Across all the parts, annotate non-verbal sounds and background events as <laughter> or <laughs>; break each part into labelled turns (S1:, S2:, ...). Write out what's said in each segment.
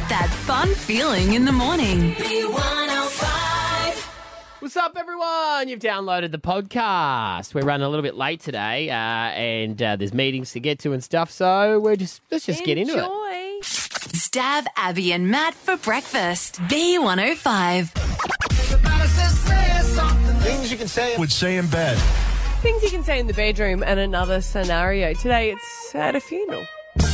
S1: fun feeling in the morning.
S2: What's up, everyone? You've downloaded the podcast. We're running a little bit late today, uh, and uh, there's meetings to get to and stuff. So we're just let's just get into it.
S1: Stab Abby and Matt for breakfast. B105.
S3: Things you can say would say in bed.
S4: Things you can say in the bedroom and another scenario. Today it's at a funeral. <laughs>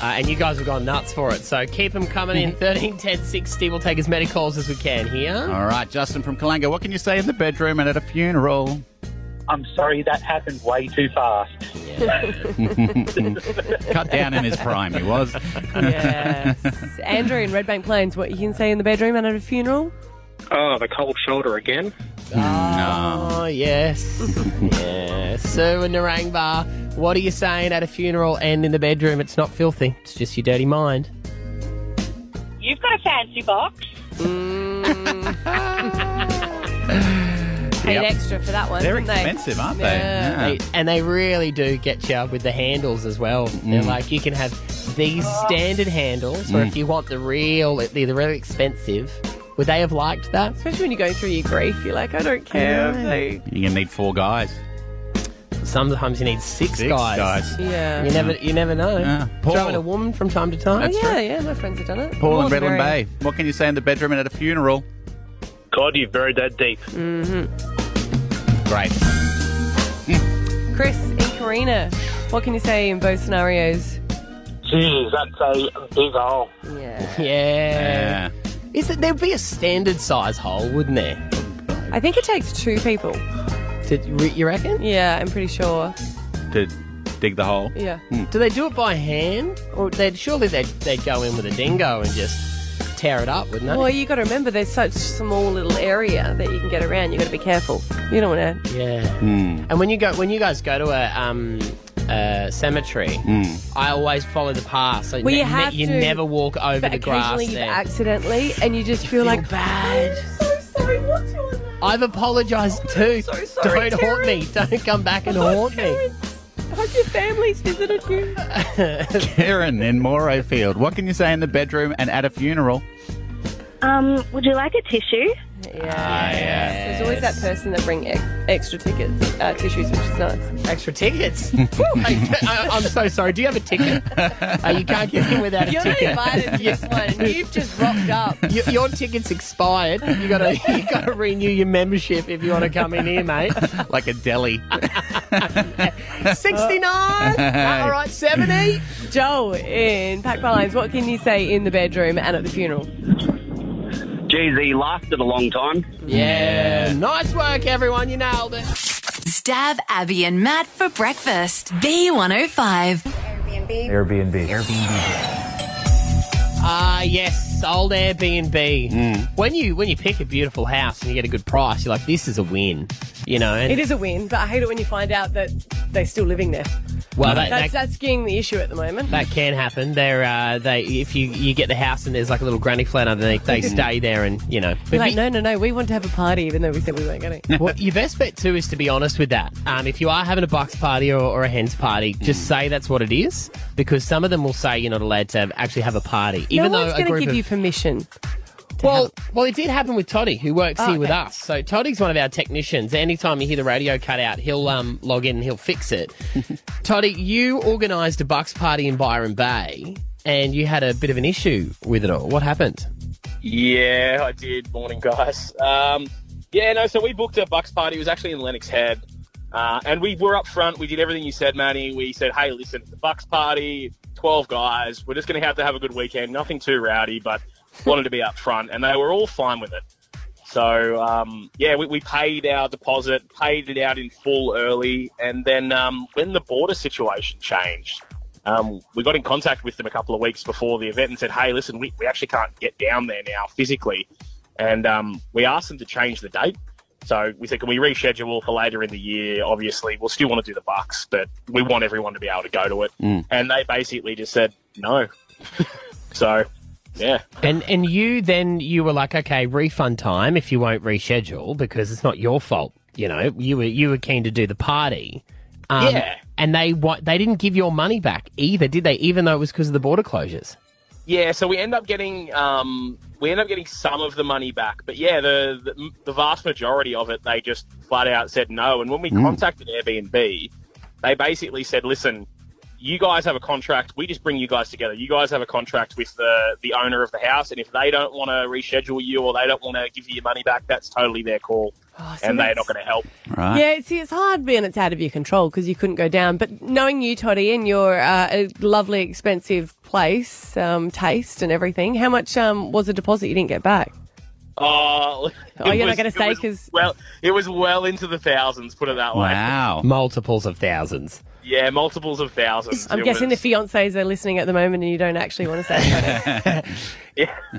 S2: Uh, and you guys have gone nuts for it. So keep them coming
S5: <laughs>
S2: in. Thirteen ten sixty. We'll take as many calls as we can here.
S5: All right, Justin <laughs> from Kalanga, what can you say in the bedroom and at a funeral?
S6: I'm sorry, that happened way too
S5: Uh,
S6: fast.
S5: <laughs> Cut down in his prime, he was. <laughs>
S4: Yes. Andrew in Red Bank Plains, what you can say in the bedroom and at a funeral?
S6: Oh, the cold shoulder again.
S2: <laughs> Oh yes, yes. Sue and Narangba, what are you saying at a funeral and in the bedroom? It's not filthy. It's just your dirty mind.
S7: You've got a fancy box.
S4: Paid
S5: Ah. Yep.
S4: extra for that one.
S5: They're
S4: didn't they?
S5: expensive, aren't they?
S4: Yeah.
S5: Yeah.
S2: They- and they really do get you with the handles as well.
S5: Mm.
S2: They're like you can have these standard handles, or if you want the real, the, the real expensive. Would they have liked that?
S4: Especially when you're going through your grief, you're like, I don't care. if
S5: You're going to need four guys.
S2: Sometimes you need six,
S5: Six
S2: guys.
S4: they-
S2: You
S4: Yeah. Oh,
S2: never, you never know.
S5: Yeah. Paul.
S2: Throwing a woman from time to time.
S5: That's
S4: yeah, yeah, my friends have done it.
S5: Paul in
S4: More than
S5: Redland
S4: very-
S5: Bay, what can you say in the bedroom and at a funeral?
S6: God, you've buried that deep.
S4: Mm-hmm.
S5: Great.
S4: Chris in Karina, what can you say in both scenarios?
S6: Jeez, that's a big hole.
S4: Yeah.
S2: Yeah.
S5: Yeah.
S2: Is it? There'd be a standard size hole, wouldn't there?
S4: I think it takes two people.
S2: Did re- you reckon?
S4: Yeah, I'm pretty sure.
S5: To dig the hole.
S4: Yeah.
S2: Do they do it by hand, or they'd surely they'd, they'd go in with a dingo and just tear it up, wouldn't they?
S4: Well, you got to remember, there's such small little area that you can get around. You got to be careful. You don't want to.
S2: Yeah. And when you go, when you guys go to a um, uh, cemetery, I always follow the path. So
S4: Well, you
S2: ne-
S4: have
S2: you
S4: to,
S2: never walk over
S4: But
S2: the
S4: occasionally,
S2: grass
S4: you've
S2: there.
S4: accidentally, and you just feel,
S2: Feel
S4: like, "Oh,
S2: bad.
S4: I'm so sorry. What's your name?
S2: I've apologised too.
S4: so sorry,
S2: Don't haunt me. Don't come back and
S4: Oh,
S2: haunt me.
S4: parents. How's your family's visited you?
S5: <laughs> Karen in Morro Field, what can you say in the bedroom and at a funeral?
S7: Um, would you like a tissue?
S5: Ah,
S2: Ah,
S4: Yeah.
S5: yeah.
S4: There's always that person that bring ex- extra tickets, uh, tissues, which is nice.
S2: Extra tickets. <laughs> Woo. I, am so sorry. Do you have a ticket? Uh, you can't get in without a
S4: You're not
S2: ticket.
S4: invited to this one.
S2: <laughs>
S4: You've just rocked up.
S2: your, your ticket's expired. You gotta <laughs> you gotta renew your membership if you want to come in here, mate.
S5: <laughs> Like a
S4: <laughs>
S5: deli.
S2: 69. All right, 70.
S4: Uh, <laughs> Joel in Pack Lines, what can you say in the bedroom and at the funeral?
S6: Geez, he lasted a long time.
S2: Yeah. Nice work, everyone. You nailed it.
S1: Stab Abby and Matt for breakfast. B105.
S2: Ah, yes, old Airbnb. When you when you pick a beautiful house and you get a good price, you're like, this is a win. You know, and
S4: It is a win, but I hate it when you find out that they're still living there.
S2: well, that,
S4: That's,
S2: that,
S4: that's getting the issue at the moment.
S2: that can happen. They're uh, they if you you get the house and there's like a little granny flat underneath, they stay there and you know.
S4: We're like, no, no, no, we want to have a party, even though we said we weren't going to.
S2: Well, your best bet too is to be honest with that. Um, if you are having a bucks party or, or a hens party, just say that's what it is, because some of them will say you're not allowed to have, actually have a party, even
S4: no
S2: though
S4: one's
S2: a
S4: going to
S2: group
S4: give
S2: of
S4: you permission.
S2: Well, well, it did happen with Toddy, who works
S4: Oh,
S2: here with
S4: okay.
S2: us. So Toddy's one of our technicians. Anytime you hear the radio cut out, he'll um, log in and he'll fix
S4: <laughs>
S2: it. Toddy, you organised a bucks party in Byron Bay, and you had a bit of an issue with it all. What happened?
S8: Yeah, I did. Morning, guys. Um, yeah, no, so we booked a Bucks party. It was actually in Lennox Head. Uh, and we were up front. We did everything you said, Manny. We said, hey, listen, it's a Bucks party, 12 guys. We're just going to have to have a good weekend. Nothing too rowdy, but wanted to be up front. And they were all fine with it. So, um, yeah, we, we paid our deposit, paid it out in full early. And then um, when the border situation changed, um, we got in contact with them a couple of weeks before the event and said, hey, listen, we, we actually can't get down there now physically. And um, we asked them to change the date. So we said, can we reschedule for later in the year? Obviously, we'll still want to do the Bucks, but we want everyone to be able to go to it. And they basically just said, no. <laughs> so, yeah.
S2: And and you then you were like, okay, refund time if you won't reschedule because it's not your fault. You know, you were you were keen to do the party. Um,
S8: Yeah.
S2: And they wa- they didn't give your money back either, did they? Even though it was because of the border closures.
S8: Yeah, so we end up getting um, we end up getting some of the money back, but yeah, the the, the vast majority of it they just flat out said no. And when we
S9: Mm.
S8: contacted Airbnb, they basically said, "Listen, you guys have a contract. We just bring you guys together. You guys have a contract with the the owner of the house, and if they don't want to reschedule you or they don't want to give you your money back, that's totally their call,
S4: so
S8: and
S4: Oh,
S8: they're
S4: that's-
S8: not going to help."
S4: Yeah, see, it's hard being it's out of your control because you couldn't go down. But knowing you, Toddy, and your uh, a lovely, expensive place, um, taste and everything, how much um, was the deposit you didn't get back?
S8: Oh, <laughs>
S4: Oh,
S8: it
S4: you're not
S8: was-
S4: gonna
S8: it
S4: say
S8: was
S4: 'cause-
S8: well, it was well into the thousands. Put it that way.
S2: Multiples of thousands.
S8: Yeah, multiples of thousands.
S4: I'm
S8: It
S4: guessing
S8: was-
S4: the fiancés are listening at the moment and you don't actually want to say
S8: <laughs>
S2: <laughs>
S4: that.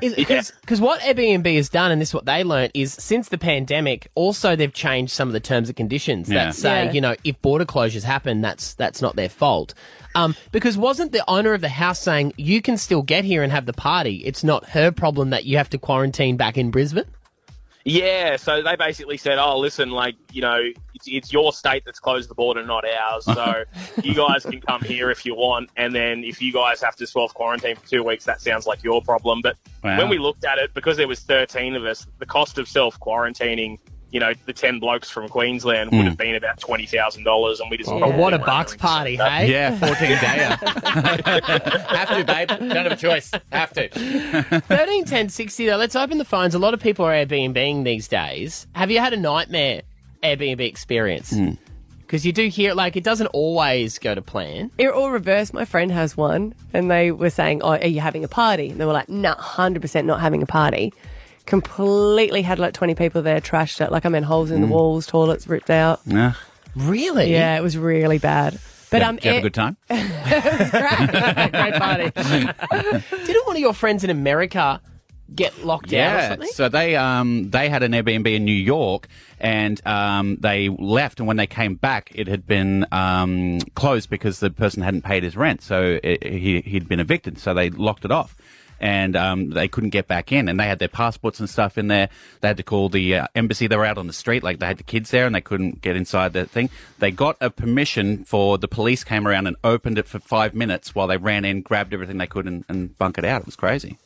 S2: Because what Airbnb has done, and this is what they learnt, is since the pandemic, also they've changed some of the terms and conditions
S10: Yeah.
S2: that say,
S10: Yeah.
S2: you know, if border closures happen, that's that's not their fault. Um, because wasn't the owner of the house saying you can still get here and have the party? It's not her problem that you have to quarantine back in Brisbane.
S8: Yeah, so they basically said, "Oh, listen, like you know, it's, it's your state that's closed the border, not ours. So you guys can come here if you want, and then if you guys have to self quarantine for two weeks, that sounds like your problem." But
S11: Wow.
S8: when we looked at it, because there was thirteen of us, the cost of self quarantining, you know, the ten blokes from Queensland would
S2: Hmm.
S8: have been about twenty thousand dollars, and we just
S2: Oh,
S8: probably
S2: what a
S8: weren't
S2: box
S8: doing
S2: party,
S8: that.
S2: hey? Yeah, 14 <laughs>
S5: Have to, babe. Don't have a choice. Have to.
S2: Thirteen ten sixty though. Let's open the phones. A lot of people are Airbnbing these days. Have you had a nightmare Airbnb experience?
S5: Hmm.
S2: Because you do hear like it doesn't always go
S5: <laughs>
S2: to plan.
S4: It all reverse. My friend has one, and they were saying, "Oh, are you having a party?" And they were like, "No, hundred percent not having a party." Completely had like twenty people there, trashed it. Like I mean, holes in the
S5: Mm.
S4: walls, toilets ripped out.
S5: Nah.
S2: Really?
S4: Yeah, it was really bad. But
S5: Did you
S4: um,
S5: have- did you have
S4: it- <laughs>
S5: a good time?
S4: Great party.
S2: Didn't one of your friends in America get locked out or
S5: Yeah.
S2: something?
S5: So they um they had an Airbnb in New York and um they left and when they came back it had been um closed because the person hadn't paid his rent so it, he he'd been evicted so they locked it off. And um, they couldn't get back in, and they had their passports and stuff in there. They had to call the uh, embassy. They were out on the street, like they had the kids there, and they couldn't get inside the thing. They got a permission for the police came around and opened it for five minutes while they ran in, grabbed everything they could, and, and bunk it out. It was crazy.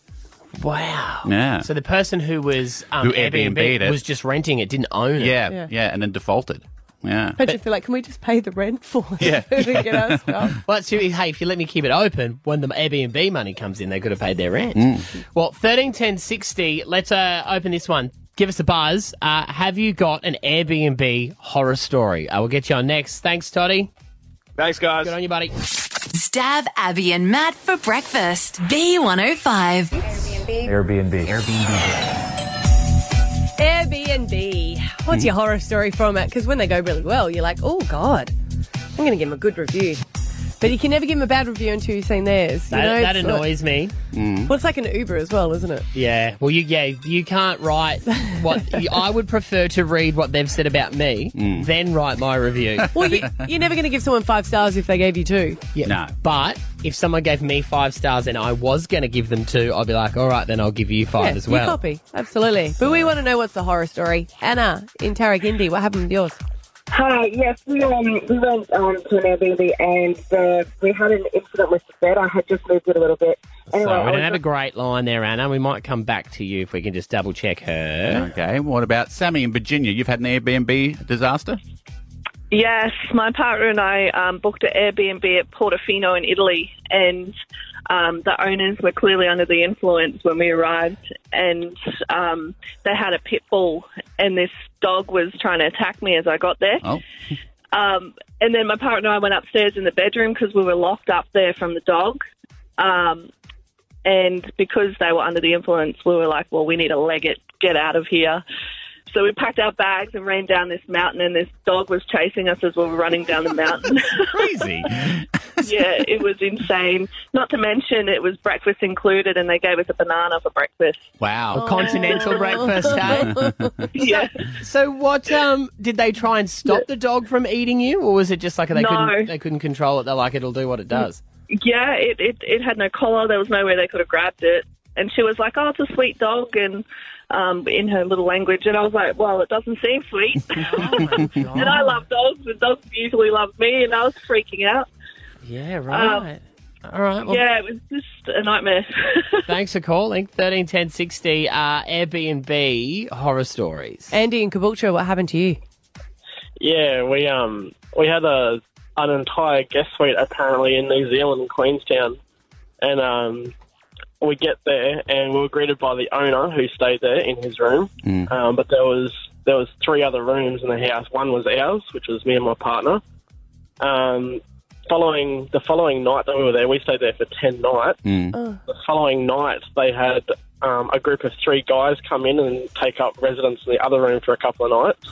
S2: Wow.
S5: Yeah.
S2: So the person who was um,
S5: Who
S2: Airbnb
S5: Airbnb'd it.
S2: was just renting it, didn't own it.
S5: Yeah,
S4: Yeah.
S5: yeah, and then defaulted. Yeah.
S4: I just feel like, can we just pay the rent for it?
S5: <laughs>
S2: <laughs>
S5: Yeah.
S4: And <laughs> get
S5: <laughs>
S4: our stuff?
S2: Well, it's, hey, if you let me keep it open, when the Airbnb money comes in, they could have paid their rent.
S5: Mm.
S2: Well, thirteen ten sixty. Let's uh, open this one. Give us a buzz. Uh, have you got an Airbnb horror story? I will get you on next. Thanks, Toddy.
S8: Thanks, guys.
S2: Good on you, buddy.
S1: Stab Abby and Matt for breakfast. B105.
S12: Airbnb.
S1: Airbnb.
S12: Airbnb.
S4: Airbnb. What's
S5: Mm.
S4: your horror story from it? Because when they go really well, you're like, oh God, I'm going to give them a good review. But you can never give them a bad review until you've seen theirs. You
S2: That,
S4: know,
S2: that
S4: it's
S2: annoys
S4: like-
S2: me.
S4: Well, it's like an Uber as well, isn't it?
S2: Yeah. Well, you yeah you can't write
S4: <laughs>
S2: what I would prefer to read what they've said about me, then write my review.
S4: Mm. <laughs> Well, you, you're never going to give someone five stars if they gave you two.
S2: Yeah. But if someone gave me five stars and I was going to give them two, I'd be like, all right, then I'll give you five
S4: Yeah,
S2: as
S4: You
S2: well.
S4: copy, absolutely. But we want to know what's the horror story. Anna in Tarragindi, what happened with yours?
S13: Hi, <laughs> yes, we um we went um to an Airbnb and uh, we had an incident with the bed. I had just moved it a little bit. Anyway,
S2: so
S13: I
S2: we
S13: was
S2: don't have a great line there, Anna. We might come back to you if we can just double check her.
S5: Okay. What about Sammy in Virginia? You've had an Airbnb disaster?
S14: Yes, my partner and I um, booked an Airbnb at Portofino in Italy, and um, the owners were clearly under the influence when we arrived, and um, they had a pit bull, and this dog was trying to attack me as I got there.
S5: Oh.
S14: Um, and then my partner and I went upstairs in the bedroom because we were locked up there from the dog. Um, and because they were under the influence, we were like, well, we need to leg it, get out of here. So we packed our bags and ran down this mountain, and this dog was chasing us as we were running down the mountain. <laughs>
S5: Crazy.
S14: yeah, it was insane. Not to mention, it was breakfast included, and they gave us a banana for breakfast.
S5: Wow.
S2: A
S9: Oh.
S2: continental breakfast, hey?
S9: <laughs>
S14: yeah.
S2: So what um did they try and stop the dog from eating you or was it just like they
S14: No.
S2: couldn't they couldn't control it, they're like it'll do what it does?
S14: Yeah, it, it, it had no collar. There was nowhere they could have grabbed it. And she was like, oh, it's a sweet dog, and um, in her little language. And I was like, well, it doesn't seem sweet. and
S9: Um,
S14: I love dogs, and dogs usually love me, and I was freaking out.
S2: Yeah,
S9: <laughs>
S14: right.
S2: All right. Well,
S14: Um, yeah, it was just a nightmare.
S2: Thanks for calling. 13 10 60 uh, Airbnb horror stories.
S4: Andy in Caboolture, what happened to you?
S9: <laughs> Yeah, we um we had a an entire guest suite apparently in New Zealand, Queenstown, and um we get there and we were greeted by the owner who stayed there in his room.
S10: Mm.
S9: Um, but there was there was three other rooms in the house. One was ours, which was me and my partner. Um, following the following night that we were there, we stayed there for ten nights. The following night, they had um, a group of three guys come in and take up residence in the other room for a couple of nights.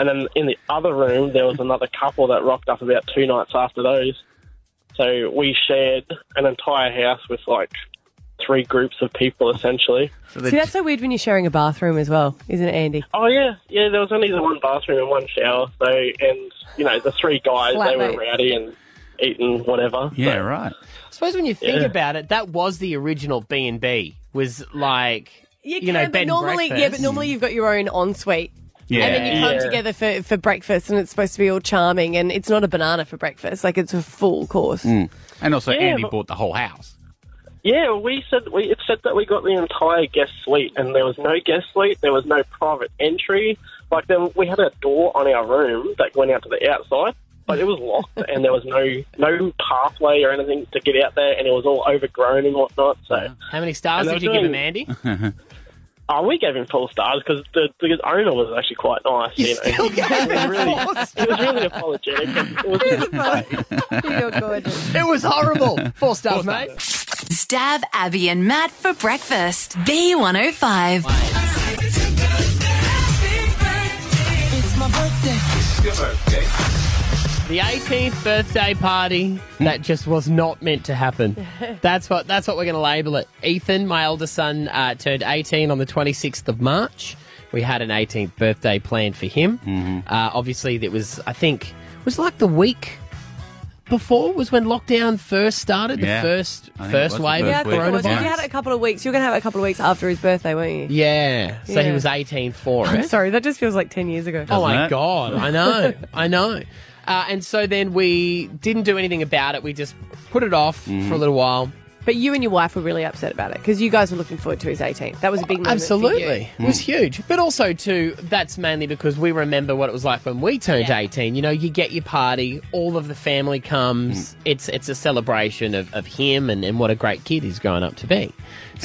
S9: And then in the other room, there was another couple that rocked up about two nights after those. So we shared an entire house with like three groups of people essentially.
S4: See, that's so weird when you're sharing a bathroom as well, isn't it, Andy?
S9: Oh yeah, yeah. There was only the one bathroom and one shower. So, and you know, the three guys they were
S2: Flatmates.
S9: rowdy and eating whatever.
S5: Yeah, right.
S2: I suppose when you think
S9: Yeah.
S2: about it, that was the original B and B. Was like you, know
S4: can, but
S2: bed and
S4: normally, yeah, but
S2: breakfast.
S4: normally you've got your own ensuite.
S2: Yeah.
S4: And then you come
S2: Yeah.
S4: together for, for breakfast and it's supposed to be all charming and it's not a banana for breakfast, like it's a full course.
S5: Mm. And also,
S9: Yeah,
S5: Andy
S9: but-
S5: bought the whole house.
S9: Yeah, we said we it said that we got the entire guest suite, and there was no guest suite. There was no private entry. Like there, we had a door on our room that went out to the outside, but it was locked, and there was no no pathway or anything to get out there, and it was all overgrown and whatnot. So,
S2: how many stars
S9: And
S2: did
S9: they're
S2: you give him,
S9: doing-
S2: Andy?
S9: <laughs>
S2: <laughs>
S9: oh, we gave him full stars because the, the owner was actually quite nice. You, know, he, was really, he was really apologetic. <laughs> and It
S1: <laughs>
S9: was,
S2: It was horrible. Four stars,
S1: Four
S2: mate.
S1: Stab Abby and Matt for breakfast. B105.
S2: The 18th birthday party that just was not meant
S4: <laughs>
S2: to happen. That's what that's what we're going to label it. Ethan, my older son, uh, turned 18 on the 26th of March. We had an 18th birthday planned for him. Uh, obviously, it was I think it was like the week before was when lockdown first started.
S4: Yeah.
S2: The first
S4: I think it was
S2: first
S4: the
S2: wave
S4: yeah, I
S2: of
S4: think it was. You
S2: coronavirus.
S4: had it a couple of weeks. You were going to have it a couple of weeks after his birthday, weren't you?
S2: Yeah. So he
S4: Yeah.
S2: was 18
S4: <laughs>
S2: for
S4: I'm
S2: it.
S4: sorry, that just feels like 10 years ago.
S2: oh my god,
S4: <laughs>
S2: I know, I know. Uh, and so then we didn't do anything about it. We just put it off
S4: Mm-hmm.
S2: for a little while.
S4: But you and your wife were really upset about it because you guys were looking forward to his 18th. That was a big moment. for
S2: Absolutely,
S4: you.
S2: it was huge. But also too, that's mainly because we remember what it was like when we turned eighteen. You know, you get your party, all of the family comes. It's it's a celebration of, of him and, and what a great kid he's grown up to be.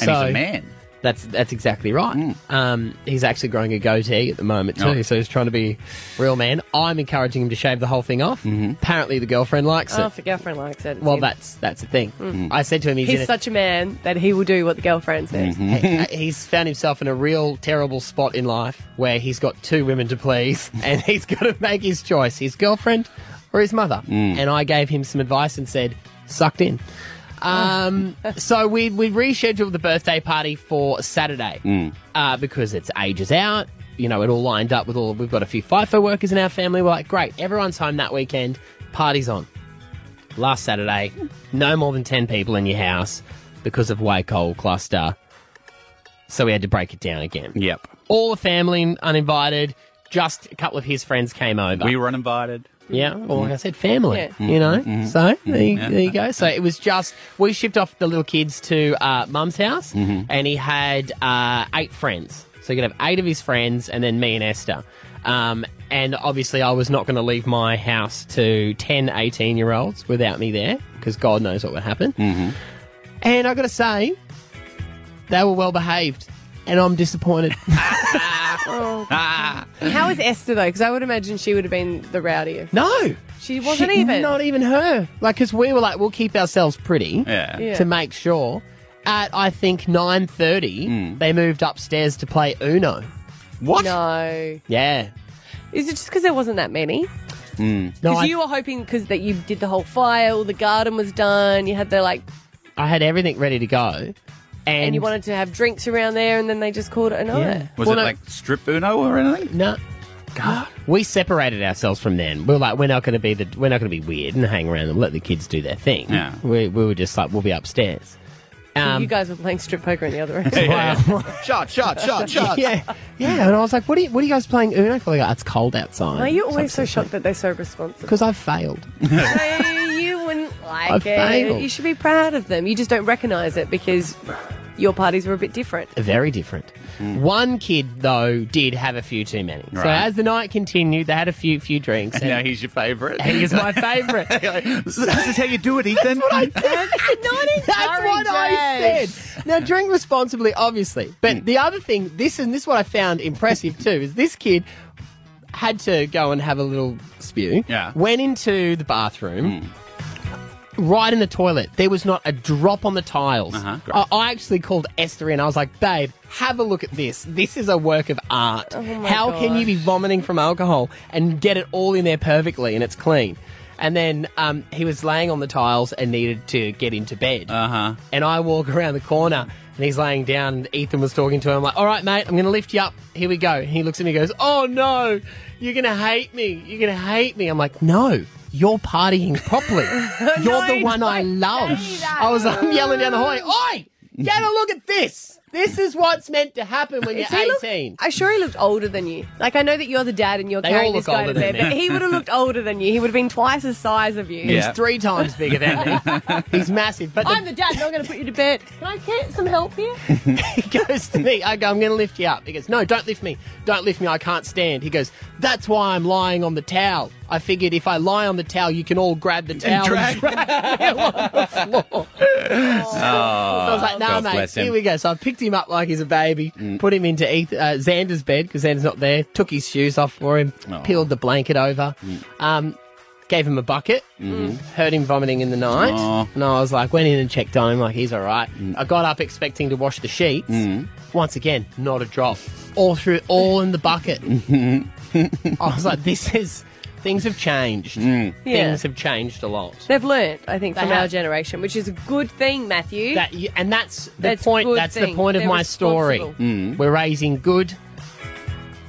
S5: And he's a man.
S2: That's that's exactly right. Um, he's actually growing a goatee at the moment too,
S5: Oh.
S2: so he's trying to be a real man. I'm encouraging him to shave the whole thing off. Apparently, the girlfriend likes
S4: Oh,
S2: it.
S4: if the girlfriend likes it. it's
S2: Well,
S4: him.
S2: that's that's the thing.
S4: Mm.
S2: I said to him, he's,
S4: He's,
S2: in a-
S4: such a man that he will do what the girlfriend says. <laughs>
S2: Hey, uh, he's found himself in a real terrible spot in life where he's got two women to please and he's got to make his choice his girlfriend or his mother. And I gave him some advice and said, sucked in. Um, so we, we rescheduled the birthday party for Saturday uh, because it's ages out. You know, it all lined up with all. We've got a few FIFO workers in our family. We're like, great, everyone's home that weekend. Party's on. Last Saturday, no more than 10 people in your house because of Waco cluster. So we had to break it down again.
S5: Yep.
S2: All the family uninvited, just a couple of his friends came over.
S5: We were uninvited.
S2: Yeah, well, like I said, family,
S5: Yeah.
S2: you know?
S5: Mhm.
S2: So there you,
S5: Yeah.
S2: there you go. So it was just, we shipped off the little kids to uh, mum's house
S5: Mhm.
S2: and he had uh, eight friends. So he could have eight of his friends and then me and Esther. Um, and obviously, I was not going to leave my house to 10, 18 year olds without me there because God knows what would happen.
S4: Mm. Mm-hmm.
S2: And I got to say, they were well behaved and I'm disappointed. <laughs>
S4: Oh.
S5: Ah.
S4: How is Esther though? Because I would imagine she would have been the rowdiest.
S2: No.
S4: she wasn't
S2: She-
S4: even.
S2: Not even her. Like, because we were like, we'll keep ourselves pretty
S5: Yeah.
S4: Yeah.
S2: to make sure. At I think nine thirty,
S5: Hmm.
S2: they moved upstairs to play Uno. What?
S4: No.
S2: Yeah.
S4: Is it just because there wasn't that many?
S5: Hmm.
S2: No,
S4: Because
S2: I,
S4: you were hoping because that you did the whole fire, all the garden was done, you had the like,
S2: I had everything ready to go, and,
S4: and, you wanted to have drinks around there, and then they just called it a night.
S2: Yeah.
S5: Was
S2: Well,
S5: it
S2: no-
S5: like strip Uno or anything?
S2: No. God. We separated ourselves from them. We were like, we're not going to be the, we're not going to be weird and hang around and let the kids do their thing.
S5: Yeah.
S2: We, we were just like, we'll be upstairs. Um,
S4: you guys were playing strip poker in the other room.
S5: Shot, shot, shot, shot.
S2: <laughs> yeah, yeah. And I was like, what are you, what are you guys playing Uno for? They go, it's cold outside.
S4: Why are you always so shocked that they're so responsive?
S2: Because I failed.
S4: No, you wouldn't. like
S2: I failed.
S4: You should be proud of them. You just don't recognise it because your parties were a bit different.
S2: Very different. One kid though did have a few too many. So
S5: Mm. Right.
S2: as the night continued, they had a few few drinks.
S5: And <laughs> now he's your favourite.
S2: He
S5: <laughs>
S2: is my favourite.
S5: this is how you do it, Ethan. <laughs>
S2: <laughs> That's what I
S10: encouraging.
S2: said. Now drink responsibly, obviously. But the other thing, this and this is what I found impressive too, is this kid had to go and have a little spew. Yeah. Went into the bathroom. Right in the toilet. There was not a drop on the tiles.
S5: Uh-huh.
S2: I, I actually called Esther in. I was like, babe, have a look at this. This is a work of art.
S10: my
S2: How can you
S10: gosh.
S2: be vomiting from alcohol and get it all in there perfectly and it's clean? And then um, he was laying on the tiles and needed to get into bed. Uh huh. And I walk around the corner and he's laying down. And Ethan was talking to him. I'm like, all right, mate, I'm going to lift you up. Here we go. And he looks at me and goes, oh no, you're going to hate me. You're going to hate me. I'm like, no. You're partying properly. You're the one I love. I was um, yelling down the hallway, Oi! Get a look at this! This is what's meant to happen when you're
S4: Is he look-
S2: 18.
S4: I sure he looked older than you. Like I know that you're the dad and you're
S2: They all
S4: carrying
S2: look
S4: this guy
S2: older
S4: to
S2: than
S4: bed, but
S2: me.
S4: he would have looked older than you. He would have been twice the size of you.
S2: He's three times
S4: <laughs>
S2: bigger than me. He's massive. But the
S4: I'm the dad, and I'm going to put you to bed. Can I get some help here?
S2: he goes to me, I go, I'm going to lift you up. He goes, No, don't lift me. Don't lift me. I can't stand. He goes, That's why I'm lying on the towel. I figured if I lie on the towel, you can all grab the towel.
S10: drag.
S5: <laughs>
S2: him on the floor.
S5: Oh,
S2: So I was like, Nah,
S5: God
S2: mate,
S5: bless him. Mm.
S2: here we go. So I picked him up like he's a baby, put him into Eth- uh, Xander's bed because Xander's not there, took his shoes off for him, peeled the blanket over. Um, Gave him a bucket,
S10: Mhm.
S2: heard him vomiting in the night,
S10: Aw.
S2: and I was like, went in and checked on him, like he's all right.
S5: Mm.
S2: I got up expecting to wash the sheets, once again, not a drop. All through, <laughs>
S4: <laughs>
S2: all in the bucket. I was like, this is, things have changed.
S4: Mm. Yeah.
S2: Things have changed a lot.
S4: They've learnt, I think,
S2: They
S4: from our
S2: have.
S4: generation, which is a good thing, Matthew.
S2: That, y- and that's the
S4: That's
S2: point.
S4: good
S2: That's
S4: thing.
S2: the point of
S4: They're
S2: my story.
S4: responsible.
S5: Mm.
S2: We're raising good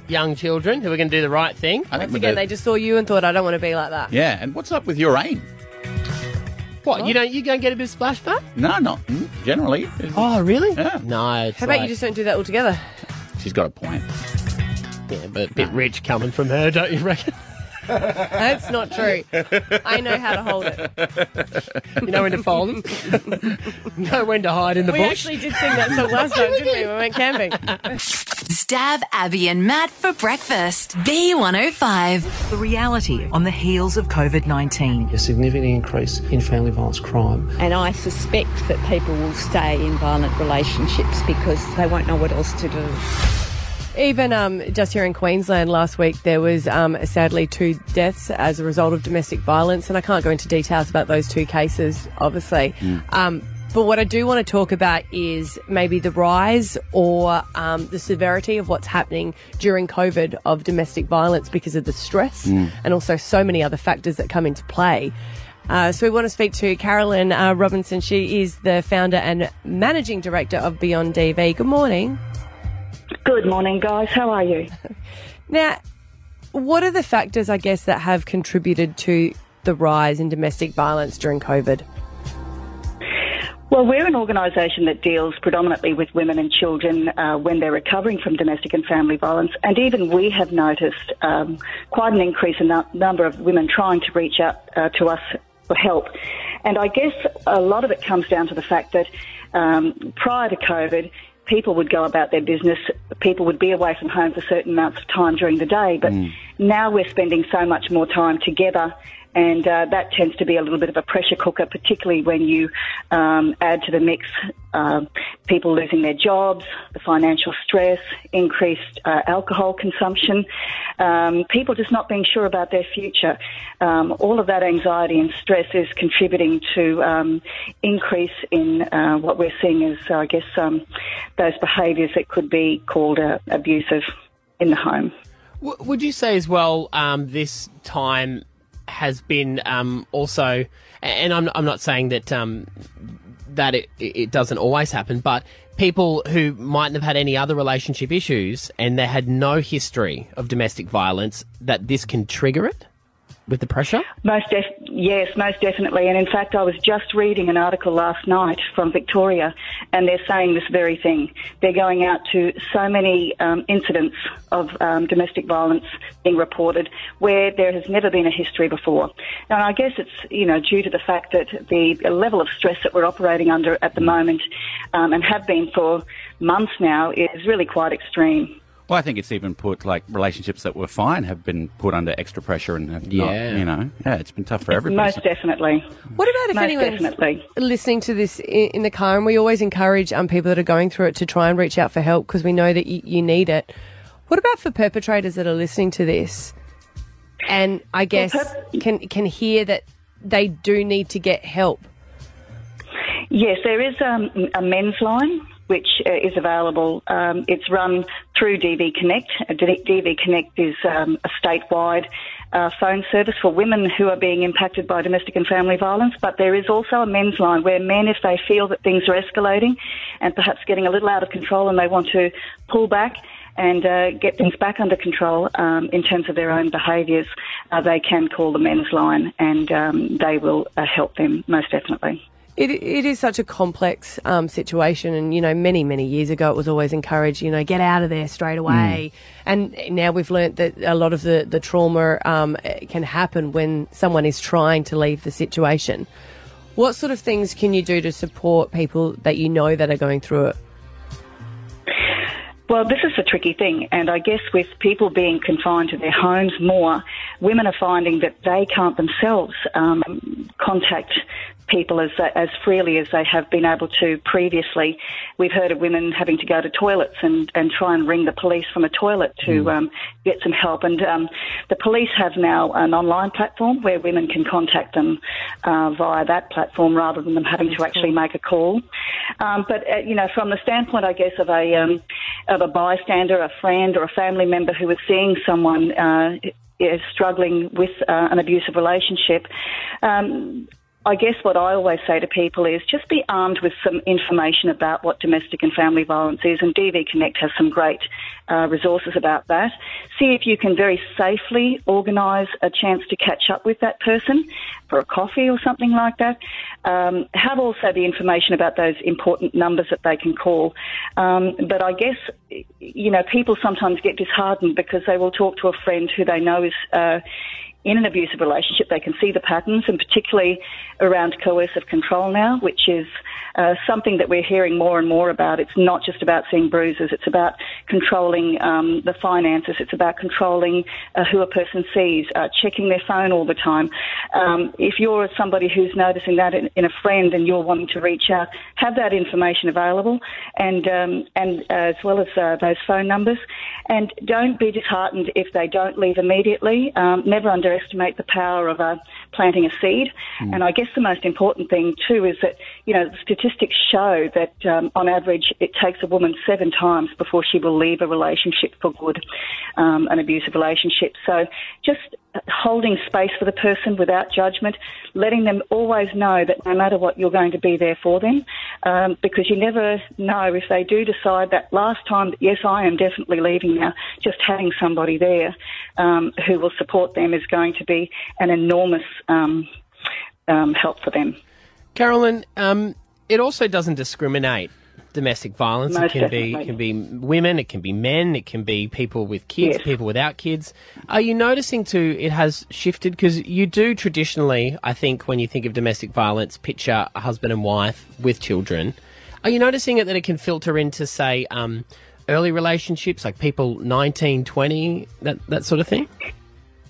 S2: young children who are going to do the right thing.
S5: I
S4: Once again, they just saw you and thought, I don't want to be like that.
S5: Yeah, and what's up with your <laughs> aim?
S2: What, you don't you go and get a bit of splashback?
S5: No, not mm, generally.
S2: Oh, really?
S5: Yeah.
S2: No. It's
S4: How about
S2: like-
S4: you just don't do that altogether?
S5: She's got a point.
S2: Yeah, but a bit rich coming from her, don't
S5: <laughs>
S2: you reckon?
S4: That's not true. I know how to hold it.
S2: you know when to
S5: <laughs>
S2: fold <laughs> them? know when to hide <laughs> in the
S4: we
S2: bush?
S4: actually did sing that song
S2: <laughs>
S4: last time, didn't we? When we went camping.
S1: Stab Abby and Matt for breakfast. B105. The reality
S11: on the heels of COVID 19. A significant increase in family violence crime.
S12: And I suspect that people will stay in violent relationships because they won't know what else to do.
S4: Even um, just here in Queensland last week, there was um, sadly two deaths as a result of domestic violence, and I can't go into details about those two cases, obviously. Um, but what I do want to talk about is maybe the rise or um, the severity of what's happening during COVID of domestic violence because of the stress
S10: Mm.
S4: and also so many other factors that come into play. Uh, so we want to speak to Carolyn uh, Robinson. She is the founder and managing director of Beyond DV. Good morning.
S15: Good morning, guys. How are you?
S4: Now, what are the factors, I guess, that have contributed to the rise in domestic violence during COVID?
S15: Well, we're an organisation that deals predominantly with women and children uh, when they're recovering from domestic and family violence, and even we have noticed um, quite an increase in the number of women trying to reach out uh, to us for help. And I guess a lot of it comes down to the fact that um, prior to COVID, people would go about their business, people would be away from home for certain amounts of time during the day, but now we're spending so much more time together, and uh, that tends to be a little bit of a pressure cooker, particularly when you um, add to the mix um people losing their jobs, the financial stress, increased uh, alcohol consumption, um, people just not being sure about their future. Um, all of that anxiety and stress is contributing to um, increase in uh, what we're seeing as, I guess, um, those behaviours that could be called uh, abusive in the home.
S2: W- would you say as well um, this time has been um, also, and I'm, I'm not saying that um, that it, it doesn't always happen, but people who mightn't have had any other relationship issues and they had no history of domestic violence, that this can trigger it with the pressure?
S15: Most def- Yes, most definitely. And in fact, I was just reading an article last night from Victoria, and they're saying this very thing. They're going out to so many um, incidents of um, domestic violence being reported where there has never been a history before. And I guess it's you know due to the fact that the level of stress that we're operating under at the moment, um, and have been for months now, is really quite extreme.
S5: Well, I think it's even put like relationships that were fine have been put under extra pressure and have
S15: Yeah.
S5: not, you know, yeah, it's been tough for everybody.
S15: Most definitely.
S4: What about if
S15: Most
S4: anyone's
S15: definitely.
S4: listening to this i- in the car? And we always encourage um, people that are going through it to try and reach out for help because we know that y- you need it. What about for perpetrators that are listening to this, and I guess can can hear that they do need to get help?
S15: Yes, there is um, a men's line which uh, is available. Um, it's run through DV Connect. Uh, D- DV Connect is um, a statewide uh, phone service for women who are being impacted by domestic and family violence, but there is also a men's line where men, if they feel that things are escalating and perhaps getting a little out of control and they want to pull back, and uh, get things back under control um, in terms of their own behaviours, uh, they can call the men's line and um, they will uh, help them most definitely.
S4: It, it is such a complex um, situation, and you know, many many years ago, it was always encouraged, you know, get out of there
S5: Mm.
S4: straight away. And now we've learnt that a lot of the the trauma um, can happen when someone is trying to leave the situation. What sort of things can you do to support people that you know that are going through it?
S15: Well, this is a tricky thing, and I guess with people being confined to their homes more, women are finding that they can't themselves um, contact people as as freely as they have been able to previously. We've heard of women having to go to toilets and and try and ring the police from a toilet to
S10: Mm.
S15: um, get some help, and um, the police have now an online platform where women can contact them uh, via that platform rather than them having to actually make a call. Um, but uh, you know, from the standpoint, I guess, of a um, of a bystander, a friend, or a family member who is seeing someone uh, is struggling with uh, an abusive relationship. Um, I guess what I always say to people is just be armed with some information about what domestic and family violence is, and DV Connect has some great uh, resources about that. See if you can very safely organise a chance to catch up with that person for a coffee or something like that. Um, have also the information about those important numbers that they can call. Um, but I guess, y- you know, people sometimes get disheartened because they will talk to a friend who they know is. Uh, in an abusive relationship, they can see the patterns, and particularly around coercive control now, which is uh, something that we're hearing more and more about. It's not just about seeing bruises, it's about controlling um, the finances, it's about controlling uh, who a person sees, uh, checking their phone all the time. Um, if you're somebody who's noticing that in, in a friend and you're wanting to reach out, have that information available, and, um, and uh, as well as uh, those phone numbers. And don't be disheartened if they don't leave immediately. Um, never underestimate the power of uh, planting a seed.
S16: Mm.
S15: And I guess the most important thing too is that you know statistics show that um, on average it takes a woman seven times before she will leave a relationship for good, um, an abusive relationship. So just holding space for the person without judgment, letting them always know that no matter what you're going to be there for them, um, because you never know if they do decide that last time that yes I am definitely leaving now. Just having somebody there um, who will support them is going to be an enormous um, um, help for them.
S2: Carolyn, um, it also doesn't discriminate domestic violence.
S15: Most
S2: it can be
S15: definitely.
S2: it can be women, it can be men, it can be people with kids,
S15: Yes.
S2: people without kids. Are you noticing too it has shifted because you do traditionally, I think when you think of domestic violence, picture a husband and wife with children. Are you noticing it that it can filter into say um, early relationships like people 19, 20, that that sort of thing?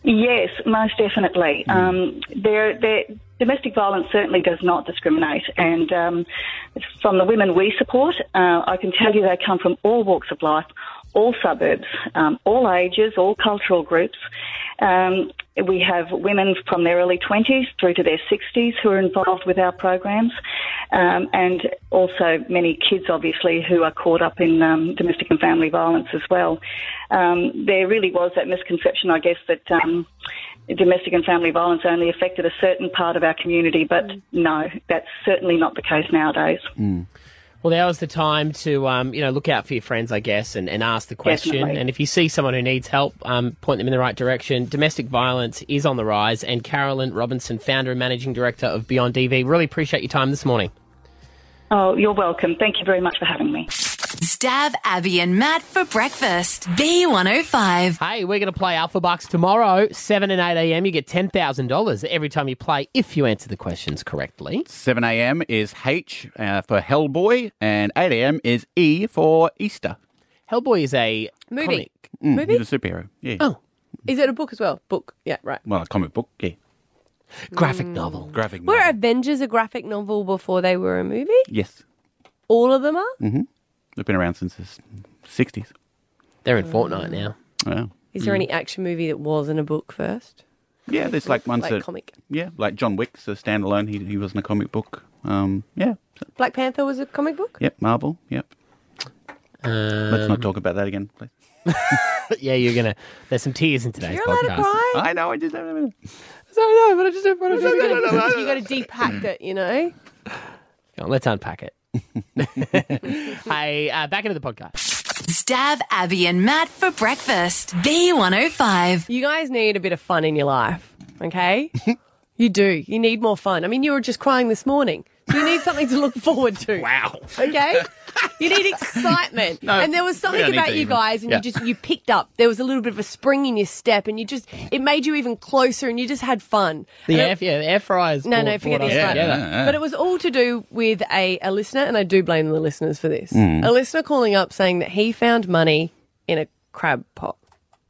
S15: Yes, most definitely. Um, there, there, domestic violence certainly does not discriminate, and um, from the women we support, uh, I can tell you they come from all walks of life, all suburbs, um, all ages, all cultural groups. Um, we have women from their early 20s through to their 60s who are involved with our programs, um, and also many kids, obviously, who are caught up in um, domestic and family violence as well. Um, there really was that misconception, I guess, that um, domestic and family violence only affected a certain part of our community, but no, that's certainly not the case nowadays.
S2: Well, now is the time to, um, you know, look out for your friends, I guess, and, and ask the question.
S10: Definitely.
S2: And if you see someone who needs help, um, point them in the right direction. Domestic violence is on the rise. And Carolyn Robinson, founder and managing director of Beyond DV, really appreciate your time this morning.
S15: Oh, you're welcome. Thank you very much for having me.
S1: Stab Abby and Matt for breakfast. B105.
S2: Hey, we're going to play Alpha Bucks tomorrow, 7 and 8 a.m. You get $10,000 every time you play if you answer the questions correctly.
S5: 7 a.m. is H uh, for Hellboy, and 8 a.m. is E for Easter.
S2: Hellboy is a
S4: Movie.
S5: Comic. Mm,
S4: Movie?
S5: He's a superhero. Yeah.
S4: Oh. Is it a book as well? Book. Yeah, right.
S5: Well, a comic book. Yeah. Mm.
S2: Graphic novel.
S5: Graphic novel.
S4: Were Avengers a graphic novel before they were a movie?
S5: Yes.
S4: All of them are?
S5: Mm-hmm. They've been around since the 60s.
S2: They're in Fortnite now.
S5: Wow.
S4: Is there any action movie that wasn't a book first?
S5: Mm. Yeah, there's like ones
S4: Like
S5: that
S4: comic.
S5: Yeah, like John Wick's a standalone. He he wasn't a comic book. Um, yeah,
S4: Black Panther was a comic book?
S5: yep, Marvel. Yep. Let's not talk about that again, please.
S2: Um, <laughs> yeah, you're going to. There's some tears in today's
S4: You're allowed to cry.
S2: podcast.
S5: I know, I just don't
S4: So no, but I just don't want
S2: just
S4: <laughs> You
S2: gotta-
S4: got to depack it, you know?
S2: Go on, let's unpack it. <laughs> hey, uh, back into the podcast.
S1: Stab Abby and Matt for breakfast.
S4: <laughs>
S1: B105.
S4: You guys need a bit of fun in your life,
S2: <laughs>
S4: okay? you do. You need more fun. I mean, you were just crying this morning. You need something to look forward
S2: <laughs>
S4: to.
S5: Wow.
S4: Okay? You need excitement.
S16: No,
S4: and there was
S16: we
S4: something
S16: don't need
S4: about
S16: to
S4: you
S16: even-
S4: guys and
S16: yeah.
S4: you just you picked up. There was a little bit of a spring in your step and you just it made you even closer and you just had fun.
S2: The
S4: And
S2: air,
S4: it-
S2: yeah, the air fryers.
S4: no,
S2: brought-
S4: no, forget
S2: brought
S4: this
S2: us
S4: one.
S2: together.
S4: But it was all to do with a, a listener, and I do blame the listeners for this.
S2: Mm.
S4: A listener calling up saying that he found money in a crab pot.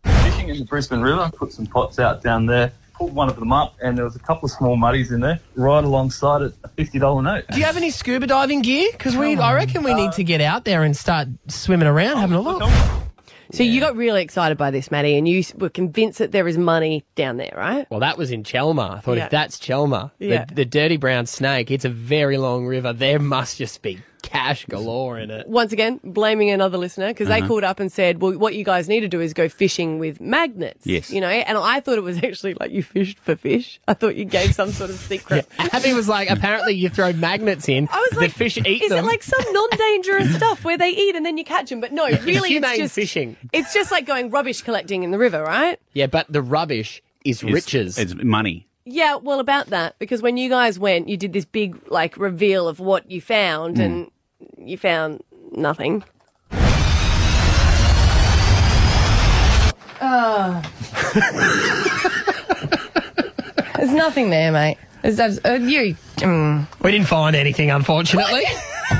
S17: fishing in the Brisbane River, put some pots out down there, pulled one of them up, and there was a couple of small muddies in there, right alongside it, a $50 note.
S2: Do you have any scuba diving gear? Because we, I reckon we need to get out there and start swimming around, having a look.
S4: So you got really excited by this, Maddie, and you s- were convinced that there was money down there, right?
S2: Well, that was in Chelmer. I thought
S4: Yeah.
S2: if that's Chelmer,
S4: Yeah.
S2: the, the dirty brown snake, it's a very long river. There must just be cash galore in it.
S4: Once again, blaming another listener because they
S2: Uh-huh.
S4: called up and said, "Well, what you guys need to do is go fishing with magnets."
S2: Yes.
S4: you know. And I thought it was <laughs> actually like you fished for fish. I thought you gave some sort
S2: <laughs>
S4: of secret.
S2: Abby was like, apparently you throw magnets in. I was the fish eat
S4: Is
S2: them.
S4: it like some
S2: <laughs>
S4: non-dangerous stuff where they eat and then you catch them? But no, really, it's
S2: Humane
S4: just
S2: fishing.
S4: It's just like going rubbish collecting in the river, right?
S2: Yeah, but the rubbish is riches.
S5: It's money.
S4: Yeah, well, about that because when you guys went, you did this big like reveal of what you found, and you found nothing. Oh. <laughs> There's nothing there, mate. There's, there's, uh, you. Mm.
S2: We didn't find anything, unfortunately.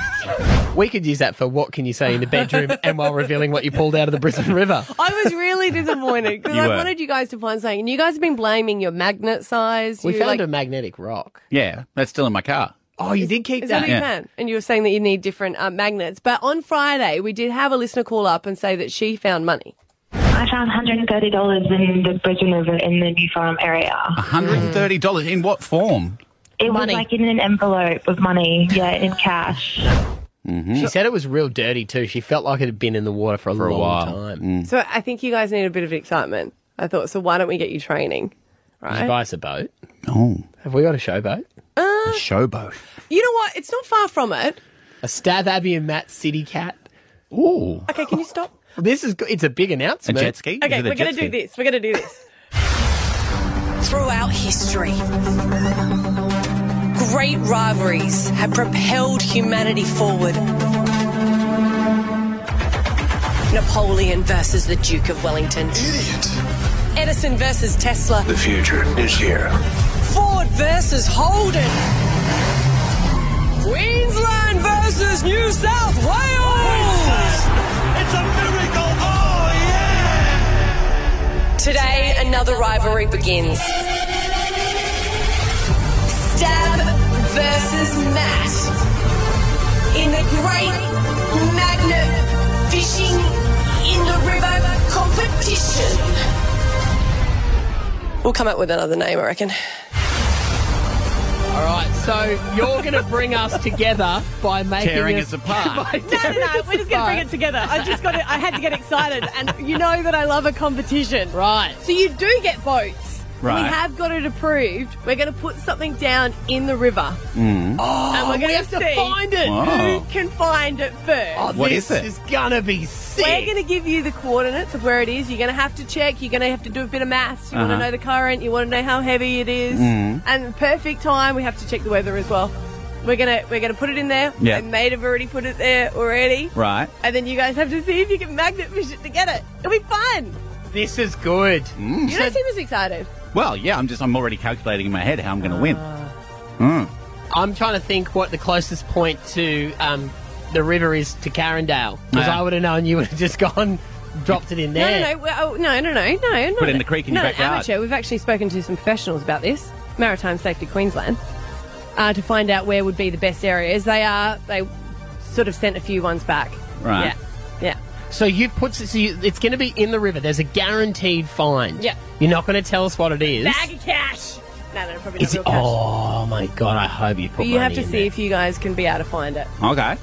S2: <laughs> we could use that for what can you say in the bedroom and while revealing what you pulled out of the Brisbane River.
S4: I was really disappointed because
S2: You
S4: I
S2: were.
S4: wanted you guys to find something, and you guys have been blaming your magnet size.
S2: We
S4: you,
S2: found
S4: like,
S2: a magnetic rock.
S5: Yeah, that's still in my car.
S2: Oh, you did keep
S4: Is that,
S5: that?
S4: what you
S5: Yeah.
S4: found? And you were saying that you need different uh, magnets. But on Friday, we did have a listener call up and say that she found money.
S18: I found $130 in the Brisbane River in the new farm area.
S5: Hundred and thirty dollars in what form?
S18: It was like in an envelope with money, yeah, in cash.
S4: Mm-hmm.
S2: She said it was real dirty too. She felt like it had been in the water for a long time.
S4: So I think you guys need a bit of excitement. I thought, so why don't we get you training?
S2: Did you buy us a boat?
S5: Oh.
S2: Have we got a showboat?
S4: Uh,
S5: showboat.
S4: you know what? It's not far from it.
S2: A Stav Abbey and Matt City Cat.
S5: Ooh.
S4: Okay, can you stop?
S2: <laughs> This is go- it's a big announcement.
S5: A jet ski?
S4: Okay, we're going to do this. We're going to do this.
S16: Throughout history, great rivalries have propelled humanity forward. Napoleon versus the Duke of Wellington. Idiot. Edison versus Tesla.
S3: The future is here.
S16: Ford versus Holden. Queensland versus New South Wales. It's a miracle. Oh, yeah. Today, another rivalry begins. Stab versus Matt in the great magnet fishing in the river competition.
S4: We'll come up with another name, I reckon.
S2: All right, so you're
S4: <laughs>
S2: going to bring us together by making
S5: Tearing us
S2: us
S5: apart.
S2: <laughs> by
S4: No, no, no. We're just going to bring
S2: apart.
S4: it together. I just got to, I had to get excited, and you know that I love a competition, right? So you do get votes.
S5: Right.
S4: We have got it approved. We're going to put something down in the river.
S5: Mm.
S4: and we're
S2: Oh, we
S4: going
S2: have to
S4: see
S2: find it.
S5: Wow.
S4: Who can find it first?
S2: Oh,
S5: What
S2: this
S5: is it?
S2: is gonna be sick.
S4: We're going to give you the coordinates of where it is. You're going to have to check. You're going to have to do a bit of maths. You want
S5: Uh-huh.
S4: to know the current. You want to know how heavy it is.
S5: Mm.
S2: Mm-hmm.
S4: And the perfect time. We have to check the weather as well. We're gonna we're gonna put it in there.
S5: Yeah.
S4: They may have already put it there already.
S5: Right.
S4: And then you guys have to see if you can magnet fish it to get it. It'll be fun.
S2: This is good.
S4: You don't seem as excited.
S5: Hmm. Well, yeah, I'm just I'm already calculating in my head how I'm going to win.
S4: Uh,
S5: Mm.
S2: I'm trying to think what the closest point to um, the river is to Carindale. Because
S5: Yeah.
S2: I would have known you would have just <laughs> gone, dropped it in
S4: No,
S2: there.
S4: no, no, well, oh, no, no, no, no.
S2: Put
S4: not
S2: it in
S4: a-
S2: the creek in
S4: not
S2: your
S4: an
S2: backyard.
S4: Amateur. We've actually spoken to some professionals about this, Maritime Safety Queensland, uh, to find out where would be the best areas. They are they sort of sent a few ones back.
S2: Right.
S4: Yeah,
S2: So you put so you, it's going to be in the river. There's a guaranteed find.
S4: Yeah.
S2: You're not going to tell us what it
S4: yeah.
S2: is.
S4: Bag of cash. No, no, probably not
S2: It's-
S4: real cash.
S2: oh my god! I hope you put.
S4: but you have
S2: money
S4: to
S2: in
S4: see if you guys can be able to find it.
S5: There. Okay.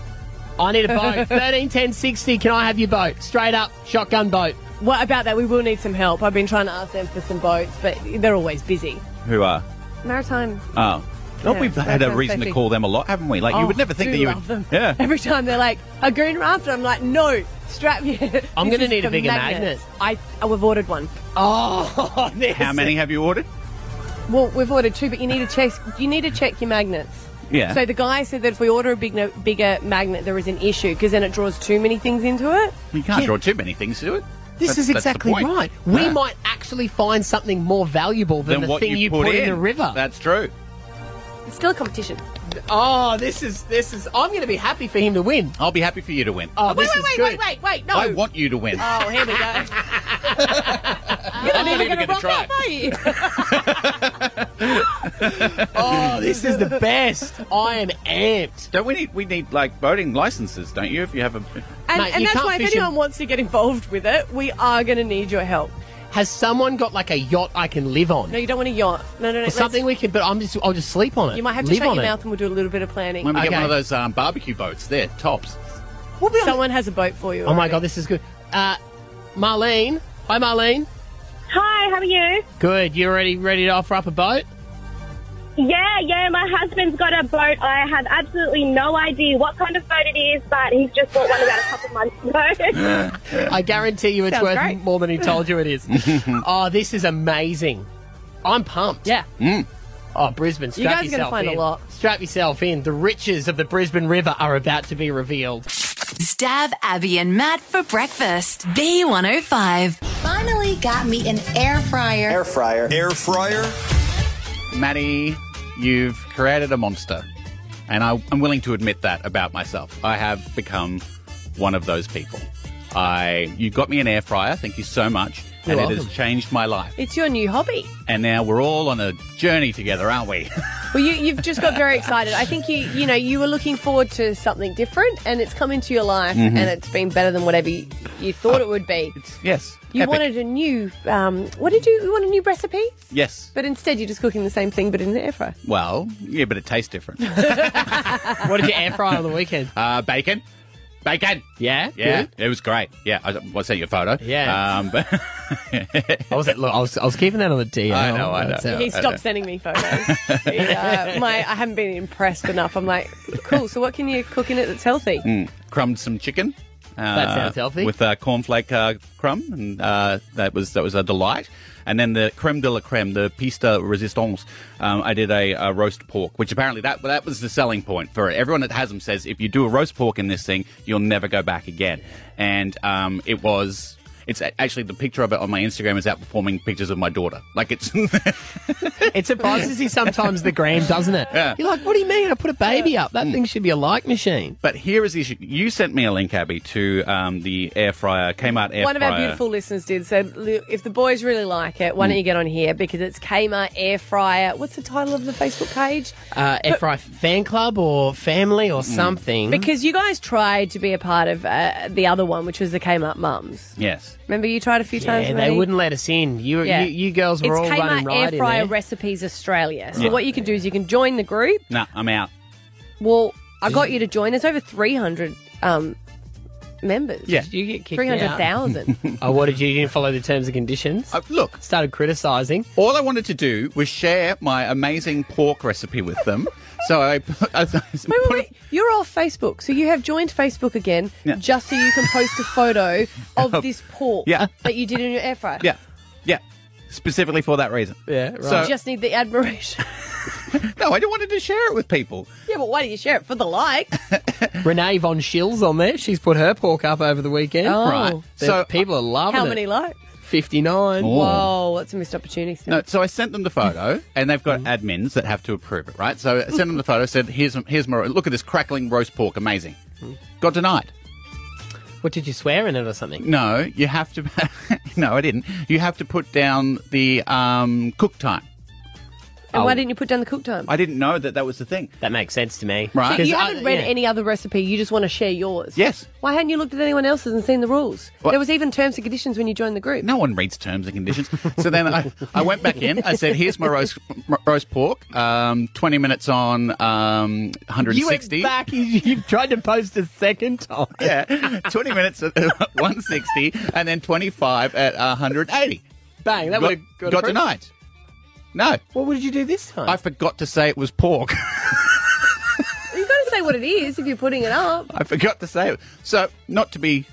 S2: I need a
S4: <laughs>
S2: boat. Thirteen ten sixty. Can I have your boat? Straight up shotgun boat.
S4: What about that? We will need some help. I've been trying to ask them for some boats, but they're always busy.
S5: Who are?
S4: Maritime.
S5: Oh. Well,
S4: Yeah,
S5: we've had a
S4: that's
S5: reason to
S4: perfect.
S5: call them a lot, haven't we? Like,
S4: Oh,
S5: you would never
S4: do
S5: think that you
S4: love
S5: would.
S4: them.
S2: <laughs>
S5: Yeah.
S4: Every time they're like a green raft, I'm like, no, strap you.
S2: I'm
S4: This
S2: gonna
S4: is
S2: need a
S4: for
S2: bigger magnet.
S4: magnets. I, I we've ordered one.
S5: <laughs>
S2: Oh, <laughs>
S5: How many have you ordered?
S4: Well, we've ordered two, but you need to check. You need to check your magnets.
S5: Yeah.
S4: So the guy said that if we order a big, bigger magnet, there is an issue because then it draws too many things into it.
S2: Oh,
S5: You can't
S4: Yeah.
S5: draw too many things to it.
S2: This
S5: That's-
S2: is
S5: that's the
S2: exactly
S5: point.
S2: right. We
S5: Yeah.
S2: might actually find something more valuable
S5: Then
S2: than the
S5: what
S2: thing
S5: you,
S2: you, put, in. the river.
S5: That's true.
S4: It's still a competition.
S2: Oh, this is this is. I'm going to be happy for him to win.
S5: I'll be happy for you to win.
S2: Oh,
S4: wait,
S2: this
S4: wait,
S2: is
S4: wait,
S2: good.
S4: wait, wait, wait, no.
S5: I want you to win.
S4: Oh, here we
S2: <laughs>
S4: go. You're not
S5: I'm not
S4: even
S5: even
S4: going to
S5: gonna
S4: rock
S5: try.
S4: up, are you?
S2: <laughs> oh, this is the best. I am amped.
S5: Don't we need we need like boating licenses? Don't you? If you have a
S4: And,
S2: Mate,
S4: and
S2: you
S4: that's
S2: can't
S4: why if
S2: fish in-
S4: anyone wants to get involved with it, we are going to need your help.
S2: Has someone got like a yacht I can live on?
S4: No, you don't want a yacht. No, no, no.
S2: Or
S4: let's-
S2: something we can, but I'm just, I'll just sleep on it.
S4: You might have to
S2: Live
S4: shut
S2: on
S4: your
S2: it.
S4: mouth and we'll do a little bit of planning.
S5: when we get one of those um, barbecue boats, there tops.
S4: Someone has a boat for you.
S2: Oh my god, this is good. Uh, Marlene, hi Marlene.
S18: Hi, how are you?
S2: Good. You already ready to offer up a boat?
S18: Yeah, yeah, my husband's got a boat. I have absolutely no idea what kind of boat it is, but he's just bought one about a couple months ago. <laughs>
S2: I guarantee you, it's
S18: Sounds
S2: worth
S18: great.
S2: more than he
S4: <laughs>
S2: told you it is.
S5: <laughs>
S2: <laughs> oh, this is amazing. I'm pumped.
S4: Yeah.
S2: Oh, Brisbane,
S4: You
S2: strap
S4: guys are gonna
S2: yourself
S4: find a
S2: in.
S4: lot.
S2: Strap yourself in. The riches of the Brisbane River are about to be revealed.
S1: Stab Abby and Matt for breakfast. B105.
S10: Finally got me an air fryer. Air fryer.
S5: Air fryer. Maddie, you've created a monster. And I, I'm willing to admit that about myself. I have become one of those people. I you got me an air fryer, thank you so much.
S4: You're
S5: and it
S4: welcome.
S5: has changed my life.
S4: It's your new hobby.
S5: And now we're all on a journey together, aren't we? <laughs>
S4: Well, you, you've just got very excited. I think you, you know, you were looking forward to something different, and it's come into your life,
S5: Mhm.
S4: and it's been better than whatever you, you thought it would be.
S5: yes.
S4: You
S5: epic.
S4: wanted a new, um, what did you? You wanted new recipes,
S5: Yes.
S4: but instead you're just cooking the same thing, but in the air fryer.
S5: Well, yeah, but it tastes different.
S2: what did you air fry on the weekend?
S5: Uh, bacon. Bacon.
S2: Yeah.
S5: Yeah,
S2: Good.
S5: it was great. Yeah, I, I sent you a photo.
S2: Yeah.
S5: Um, but <laughs>
S2: I was at, look, I was, I was keeping that on the DL.
S5: I know, I know.
S2: That's it.
S4: he stopped sending me photos. He,
S2: <laughs>
S4: uh, my, I haven't been impressed enough. I'm like, cool. So what can you cook in it that's healthy?
S5: Mm, crumbed some chicken. Uh,
S2: That sounds healthy.
S5: With uh, cornflake uh, crumb, and uh, that was that was a delight. And then the creme de la creme, the pista resistance. Um, I did a, a roast pork, which apparently that that was the selling point for it. Everyone that has them says if you do a roast pork in this thing, you'll never go back again. And um, it was. It's a- actually the picture of it on my Instagram is outperforming pictures of my daughter. Like it's <laughs>
S2: It surprises you sometimes the gram, doesn't it?
S5: Yeah.
S2: You're like, what do you mean? I put a baby up. That thing should be a like machine.
S5: But here is the issue. You sent me a link, Abby, to um, the air fryer, Kmart air fryer.
S4: One of our beautiful listeners did said, "Lu- if the boys really like it, why don't
S2: Hmm.
S5: Mm.
S4: you get on here because it's Kmart Air Fryer. What's the title of the Facebook page?
S2: Uh, air fry fan club or family or something.
S4: Because you guys tried to be a part of uh, the other one, which was the Kmart Mums.
S5: yes.
S4: Remember you tried a few times.
S2: Yeah, they
S4: Maddie?
S2: wouldn't let us in. You,
S4: Yeah.
S2: you, you girls were
S4: it's
S2: all
S4: Kmart
S2: running right
S4: Air
S2: in
S4: Fryer
S2: there.
S4: Recipes Australia. So
S5: Yeah.
S4: what you can do is you can join the group.
S5: No, I'm out.
S4: Well, I got you to join. There's over 300 um, members.
S2: Yeah. Did you get kicked out?
S4: 300,000.
S2: oh, what did you, you didn't follow the terms and conditions?
S5: Uh, look.
S2: Started criticising.
S5: All I wanted to do was share my amazing pork recipe with them. so I, <laughs> I,
S4: Wait, wait, wait. You're off Facebook, so you have joined Facebook again
S5: Yeah.
S4: just so you can post a photo of
S5: Of-
S4: this pork
S5: Yeah.
S4: that you did in your air fryer.
S5: yeah, yeah, specifically for that reason. Yeah,
S4: So you just need the admiration. <laughs>
S5: no, I wanted to share it with people.
S4: yeah, but why do you share it? For the likes.
S2: <laughs> Renee Von Schill's on there. She's put her pork up over the weekend.
S4: Oh. Right.
S2: So people are loving
S4: How
S2: it.
S4: many likes?
S2: 59.
S4: Whoa, that's a missed opportunity. Steph.
S5: No, so I sent them the photo, and they've got admins that have to approve it, right? So I sent them the photo, said, "Here's here's my look at this crackling roast pork, amazing." Got denied.
S2: What did you swear in it or something?
S5: No, you have to. <laughs> no, I didn't. You have to put down the um, cook time.
S4: And
S5: Oh.
S4: why didn't you put down the cook time?
S5: I didn't know that that was the thing.
S2: That makes sense to me,
S5: right?
S4: So you haven't read any other recipe. You just want to share yours.
S5: Yes.
S4: Why hadn't you looked at anyone else's and seen the rules?
S5: What?
S4: There was even terms and conditions when you joined the group.
S5: No one reads terms and conditions. So then I, I went back in. I said, "Here's my roast my roast pork. Um, Twenty minutes on um, 160.
S2: You went back. You, you tried to post a second time.
S5: Yeah, twenty minutes at 160, and then 25 at 180.
S2: Bang! That
S5: Got-
S2: would have
S5: got denied. No,
S2: What did you do this time?
S5: I forgot to say it was pork. <laughs>
S4: You've got to say what it is if you're putting it up.
S5: I forgot to say it. So, not to be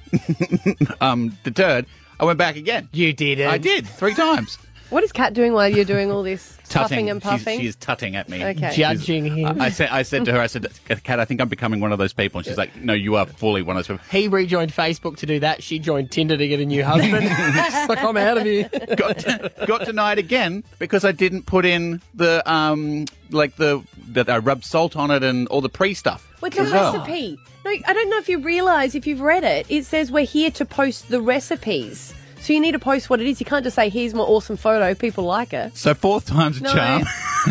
S5: <laughs> um, deterred, I went back again.
S2: You did it.
S5: I did three times.
S2: <laughs>
S4: What is Kat doing while you're doing all this puffing and
S5: She's-
S4: puffing?
S5: She's, tutting at me.
S4: Okay.
S5: She's-
S4: Judging
S2: him.
S5: I, I said, I said to her, I said, Kat, I think I'm becoming one of those people. And she's like, No, you are fully one of those people.
S2: He rejoined Facebook to do that. She joined Tinder to get a
S5: <laughs>
S2: new husband. She's like, I'm out of here.
S5: Got denied again because I didn't put in the um, like the that I rubbed salt on it and all the pre stuff.
S4: Well, it's a
S5: as well.
S4: recipe. No, I don't know if you realise if you've read it. It says we're here to post the recipes. So you need to post what it is. You can't just say, here's my awesome photo. People like it.
S5: So fourth time's a
S4: No.
S5: charm.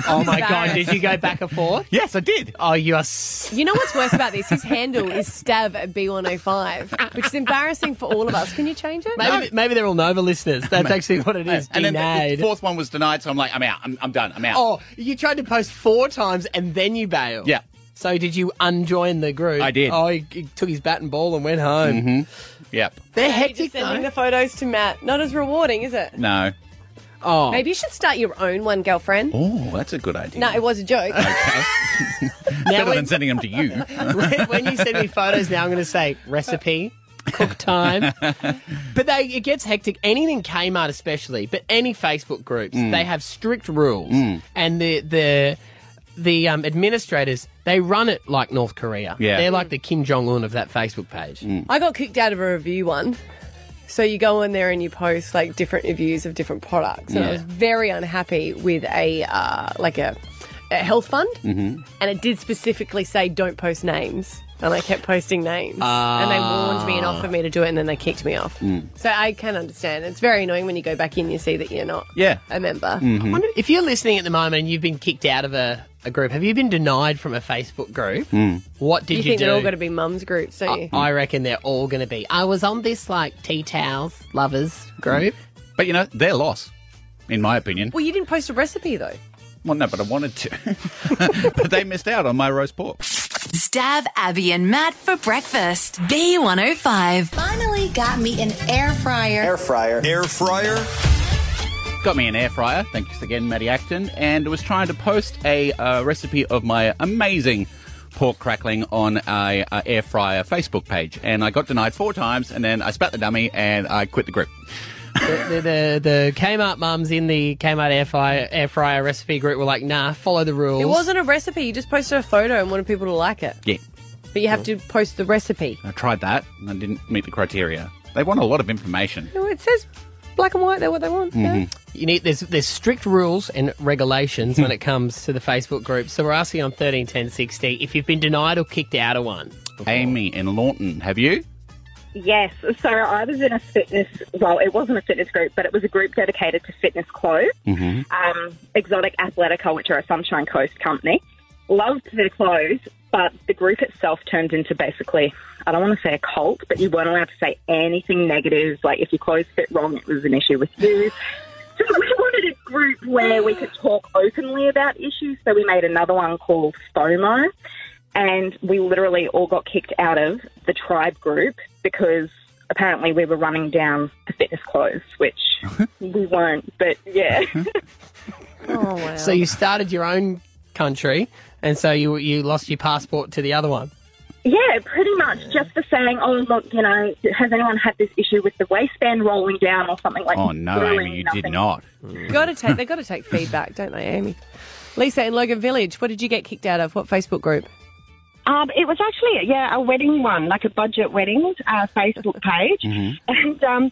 S2: Oh my god! Did you go back and forth?
S5: Yes, I did.
S2: Oh, you are. s-
S4: You know what's worse about this? His handle is stav at B105, which is embarrassing for all of us. Can you change it?
S2: Maybe, maybe they're all Nova listeners.
S5: <laughs>
S2: That's actually what it is.
S5: And then the- the
S2: Denied.
S5: fourth one was denied, so I'm like, I'm out. I'm, I'm done. I'm out.
S2: Oh, you tried to post four times and then you bailed.
S5: Yeah.
S2: So did you unjoin the group?
S5: I did.
S2: Oh, he, he took his bat and ball and went home.
S5: Mm-hmm. Yep.
S2: They're
S4: Maybe
S2: hectic
S4: just sending
S2: though.
S4: the photos to Matt. Not as rewarding, is it?
S5: No.
S2: Oh.
S4: Maybe you should start your own one, girlfriend.
S5: Oh, that's a good idea. <laughs>
S4: No, it was a joke.
S5: Better than sending them to you.
S2: when, <laughs> when you send me photos now, I'm going to say recipe, cook
S5: <laughs>
S2: time. but they, it gets hectic. Anything Kmart, especially, but any Facebook groups,
S5: Mm.
S2: they have strict rules,
S5: Mm.
S2: and the the the um, administrators they run it like North Korea.
S5: Yeah. Mm.
S2: they're like the Kim Jong Un of that Facebook page.
S4: I got kicked out of a review one. So you go in there and you post like different reviews of different products, and I
S2: Yeah.
S4: was very unhappy with a uh, like a, a health fund,
S5: Mm-hmm.
S4: and it did specifically say don't post names, and I kept posting names, and they warned me and
S5: Ah.
S4: offered me to do it, and then they kicked me off.
S5: Mm.
S4: So I can understand. It's very annoying when you go back in, you see that you're not
S5: Yeah.
S4: a member.
S5: Mm-hmm.
S2: I wonder if you're listening at the moment and you've been kicked out of a, a group. Have you been denied from a Facebook group?
S5: Mm.
S2: What did you,
S4: think
S2: do?
S4: they're all going to be mums groups, don't you?
S2: I reckon they're all going to be. I was on this like tea towels lovers group.
S5: But you know, their loss, in my opinion.
S4: well, you didn't post a recipe though.
S5: Well, no, but I wanted to. <laughs> but they missed out on my roast pork.
S1: Stab Abby and Matt for breakfast. B105.
S10: Finally got me an air fryer.
S5: fryer. Air fryer. Got me an air fryer. Thanks again, Maddie Acton. And was trying to post a uh, recipe of my amazing pork crackling on a, uh air fryer Facebook page, and I got denied four times. And then I spat the dummy and I quit the group.
S2: the, the the Kmart mums in the Kmart air fryer, air fryer recipe group were like, nah, follow the rules.
S4: It wasn't a recipe. You just posted a photo and wanted people to like it.
S5: Yeah,
S4: But you have to post the recipe.
S5: I tried that, and I didn't meet the criteria. They want a lot of information.
S4: No, It says black and white. They're what they want.
S5: Mm-hmm.
S4: yeah.
S2: You need there's there's strict rules and regulations when it comes to the Facebook group. So we're asking on thirteen ten sixty if you've been denied or kicked out of one.
S5: Amy in Lawton, have you?
S19: Yes. So I was in a fitness, well, it wasn't a fitness group, but it was a group dedicated to fitness clothes.
S5: Mm-hmm.
S19: Um, Exotic Athletico, which are a Sunshine Coast company, loved their clothes, but the group itself turned into basically, I don't want to say a cult, but you weren't allowed to say anything negative. Like if your clothes fit wrong, it was an issue with you. So we wanted a group where we could talk openly about issues. So we made another one called FOMO. And we literally all got kicked out of the tribe group because apparently we were running down the fitness clothes, which we weren't. But yeah,
S4: Oh, wow.
S2: So you started your own country, and so you you lost your passport to the other one.
S19: yeah, pretty much just for saying, oh look, you know, has anyone had this issue with the waistband rolling down or something like?
S5: Oh no,
S19: really
S5: Amy, you did
S19: nothing.
S5: not.
S4: got to take. They got to take feedback, don't they, Amy? Lisa in Logan Village. What did you get kicked out of? What Facebook group?
S20: Um, it was actually yeah a wedding one, like a budget weddings uh, Facebook page, and um,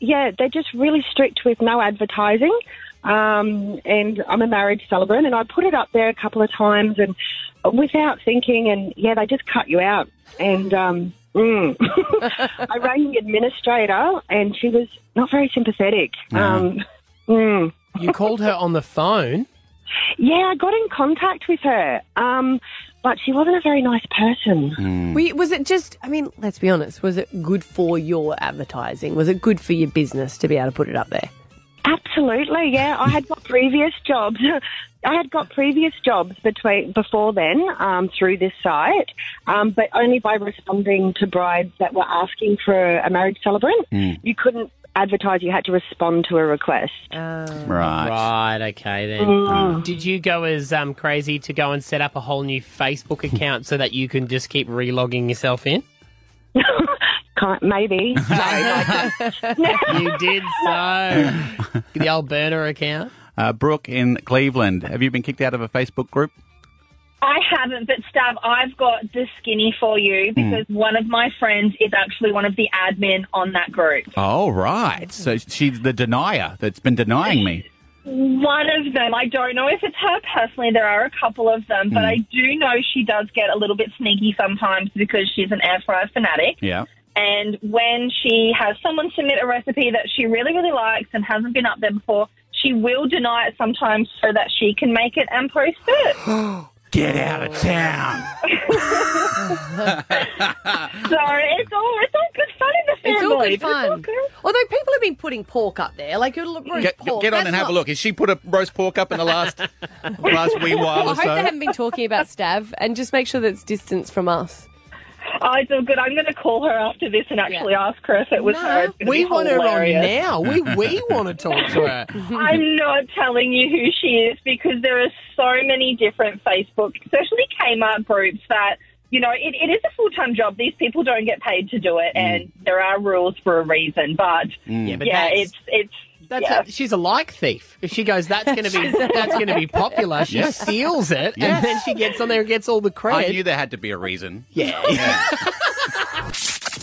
S20: yeah, they're just really strict with no advertising. Um, and I'm a marriage celebrant, and I put it up there a couple of times, and without thinking, and yeah, they just cut you out. And um, mm. <laughs> I rang the administrator, and she was not very sympathetic. Um, mm.
S2: You called her on the phone.
S20: Yeah, I got in contact with her, um, but she wasn't a very nice person.
S4: We, was it just? I mean, let's be honest. Was it good for your advertising? Was it good for your business to be able to put it up there?
S20: Absolutely, yeah. I had got previous jobs. <laughs> I had got previous jobs between before then um, through this site, um, but only by responding to brides that were asking for a marriage celebrant.
S5: Mm.
S20: You couldn't advertise; you had to respond to a request.
S5: Right.
S2: Right. Okay. Then,
S20: Mm.
S2: did you go as um, crazy to go and set up a whole new Facebook account so that you can just keep relogging yourself in?
S20: Can't, maybe.
S2: you did so. the old burner account.
S5: Uh, Brooke in Cleveland, have you been kicked out of a Facebook group?
S21: I haven't, but Stav, I've got the skinny for you because one of my friends is actually one of the admin on that group.
S5: Oh, right. So she's the denier that's been denying me.
S21: One of them, I don't know if it's her personally, there are a couple of them, but
S5: Mm.
S21: I do know she does get a little bit sneaky sometimes because she's an air fryer fanatic.
S5: Yeah.
S21: And when she has someone submit a recipe that she really, really likes and hasn't been up there before, she will deny it sometimes so that she can make it and post it. <laughs>
S5: Get out of town.
S21: So it's all it's all good fun in the family.
S4: It's all good
S21: but it's all
S4: fun. Although people have been putting pork up there, like you're roast
S5: Get,
S4: pork.
S5: get on
S4: That's
S5: and have
S4: not-
S5: a look. Has she put a roast pork up in
S4: <laughs>
S5: the last last wee while
S4: I
S5: or
S4: hope they
S5: so?
S4: haven't been talking about Stav, and just make sure that it's distance from us.
S21: Oh, it's all good. I'm going to call her after this and actually ask her if it was
S4: No,
S21: her. It's gonna
S4: we
S21: be
S4: want her on
S21: hilarious.
S4: now.
S2: We- we want to talk to her.
S21: <laughs> I'm not telling you who she is because there are so many different Facebook, especially Kmart groups that. You know, it, it is a full time job. These people don't get paid to do it, and there are rules for a reason. But
S2: Mm. Yeah,
S21: yeah,
S2: but that's-
S21: it's it's
S2: That's
S21: yeah.
S2: a, she's a like thief. If she goes, that's going to be
S21: <laughs> She's a
S2: that's going to be
S21: like-
S2: popular. She
S5: Yes.
S2: steals it
S5: Yes.
S2: and then she gets on there and gets all the
S5: I
S2: credit.
S5: knew there had to be a reason.
S2: Yeah.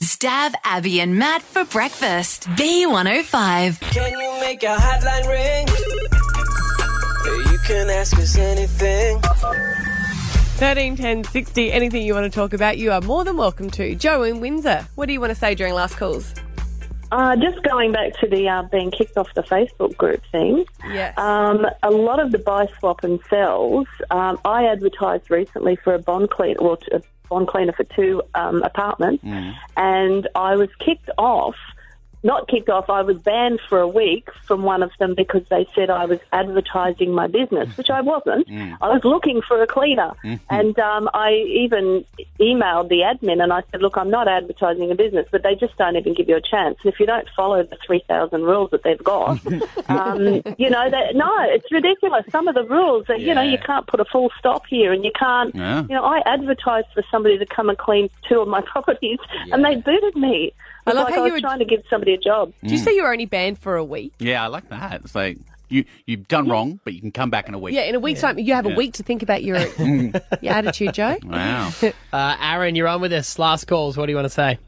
S1: Stab Abby and Matt for breakfast. B105.
S16: Can you make a hotline ring? Yeah, You can ask us anything.
S4: 13, 10, 60, anything you want to talk about, you are more than welcome to. Joe in Windsor, what do you want to say during last calls?
S22: Uh, just going back to the uh, being kicked off the Facebook group thing,
S4: Yes.
S22: um, a lot of the buy, swap, and sells. Um, I advertised recently for a bond cleaner, well, t- a bond cleaner for two um, apartments,
S19: 嗯
S22: and I was kicked off. Not kicked off. I was banned for a week from one of them because they said I was advertising my business, which I wasn't.
S23: Mm.
S22: I was looking for a cleaner,
S23: Mhm.
S22: and um, I even emailed the admin and I said, "Look, I'm not advertising a business, but they just don't even give you a chance. And if you don't follow the 3,000 rules that they've
S4: <laughs>
S22: got, um, you know, they, no, it's ridiculous. Some of the rules that you know you can't put a full stop here, and you can't.
S24: Yeah.
S22: You know, I advertised for somebody to come and clean two of my <laughs> properties, and they booted me.
S4: I
S22: It's
S4: love
S22: like
S4: how
S22: I
S4: you
S22: was
S4: were-
S22: trying to give somebody a job.
S4: Did you say you were only banned for a week?
S5: Mm. Yeah, I like that. It's like you you've done wrong, but you can come back in a week.
S4: Yeah, in a week's time. You have
S5: Yeah.
S4: a week to think
S5: <laughs>
S4: about your, your attitude, Joe.
S5: Wow.
S2: <laughs> Uh, Aaron, you're on with us. Last calls. What do you want to say?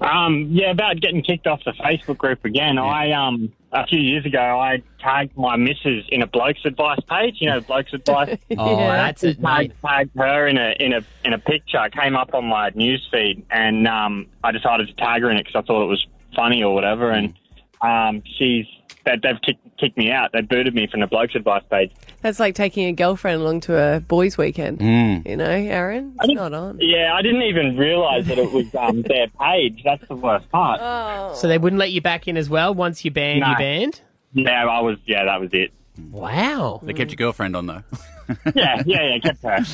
S25: Um, yeah, about getting kicked off the Facebook group again. I um a few years ago I tagged my missus in a bloke's advice page. You
S2: <laughs>
S25: know, bloke's advice.
S2: Oh, Yeah. that's it,
S25: Tagged, tagged her in a in a in a picture. It Came up on my news feed, and um, I decided to tag her in it because I thought it was funny or whatever. And um, she's they, they've kicked, kicked me out. They booted me from the bloke's advice page.
S4: That's like taking a girlfriend along to a boys' weekend. You know, Aaron? It's not on.
S25: Yeah, I didn't even realise that it was um, their page. That's the worst part.
S2: So they wouldn't let you back in as well. Once you're banned,
S25: Oh. No.
S2: you're banned.
S25: Yeah, I was. Yeah, that was it.
S2: Wow.
S5: They kept your girlfriend on though.
S25: <laughs> yeah, yeah, yeah, get that.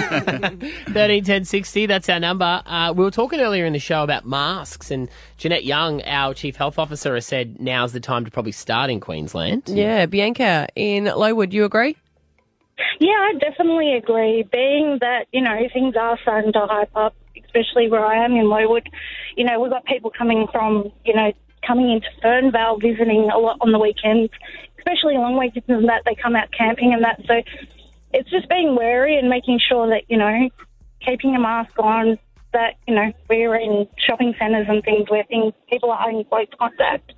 S2: <laughs> 13 10 60, that's our number. Uh, we were talking earlier in the show about masks, and Jeanette Young, our chief health officer, has said now's the time to probably start in Queensland.
S4: Yeah, Bianca in Lowood, you agree?
S6: Yeah, I definitely agree. Being that, you know, things are starting to hype up, especially where I am in Lowood, you know, we've got people coming from, you know, coming into Fernvale visiting a lot on the weekends, especially long weekends and that they come out camping and that. So it's just being wary and making sure that, you know, keeping a mask on, that, you know, we're in shopping centres and things where things people are in close contact.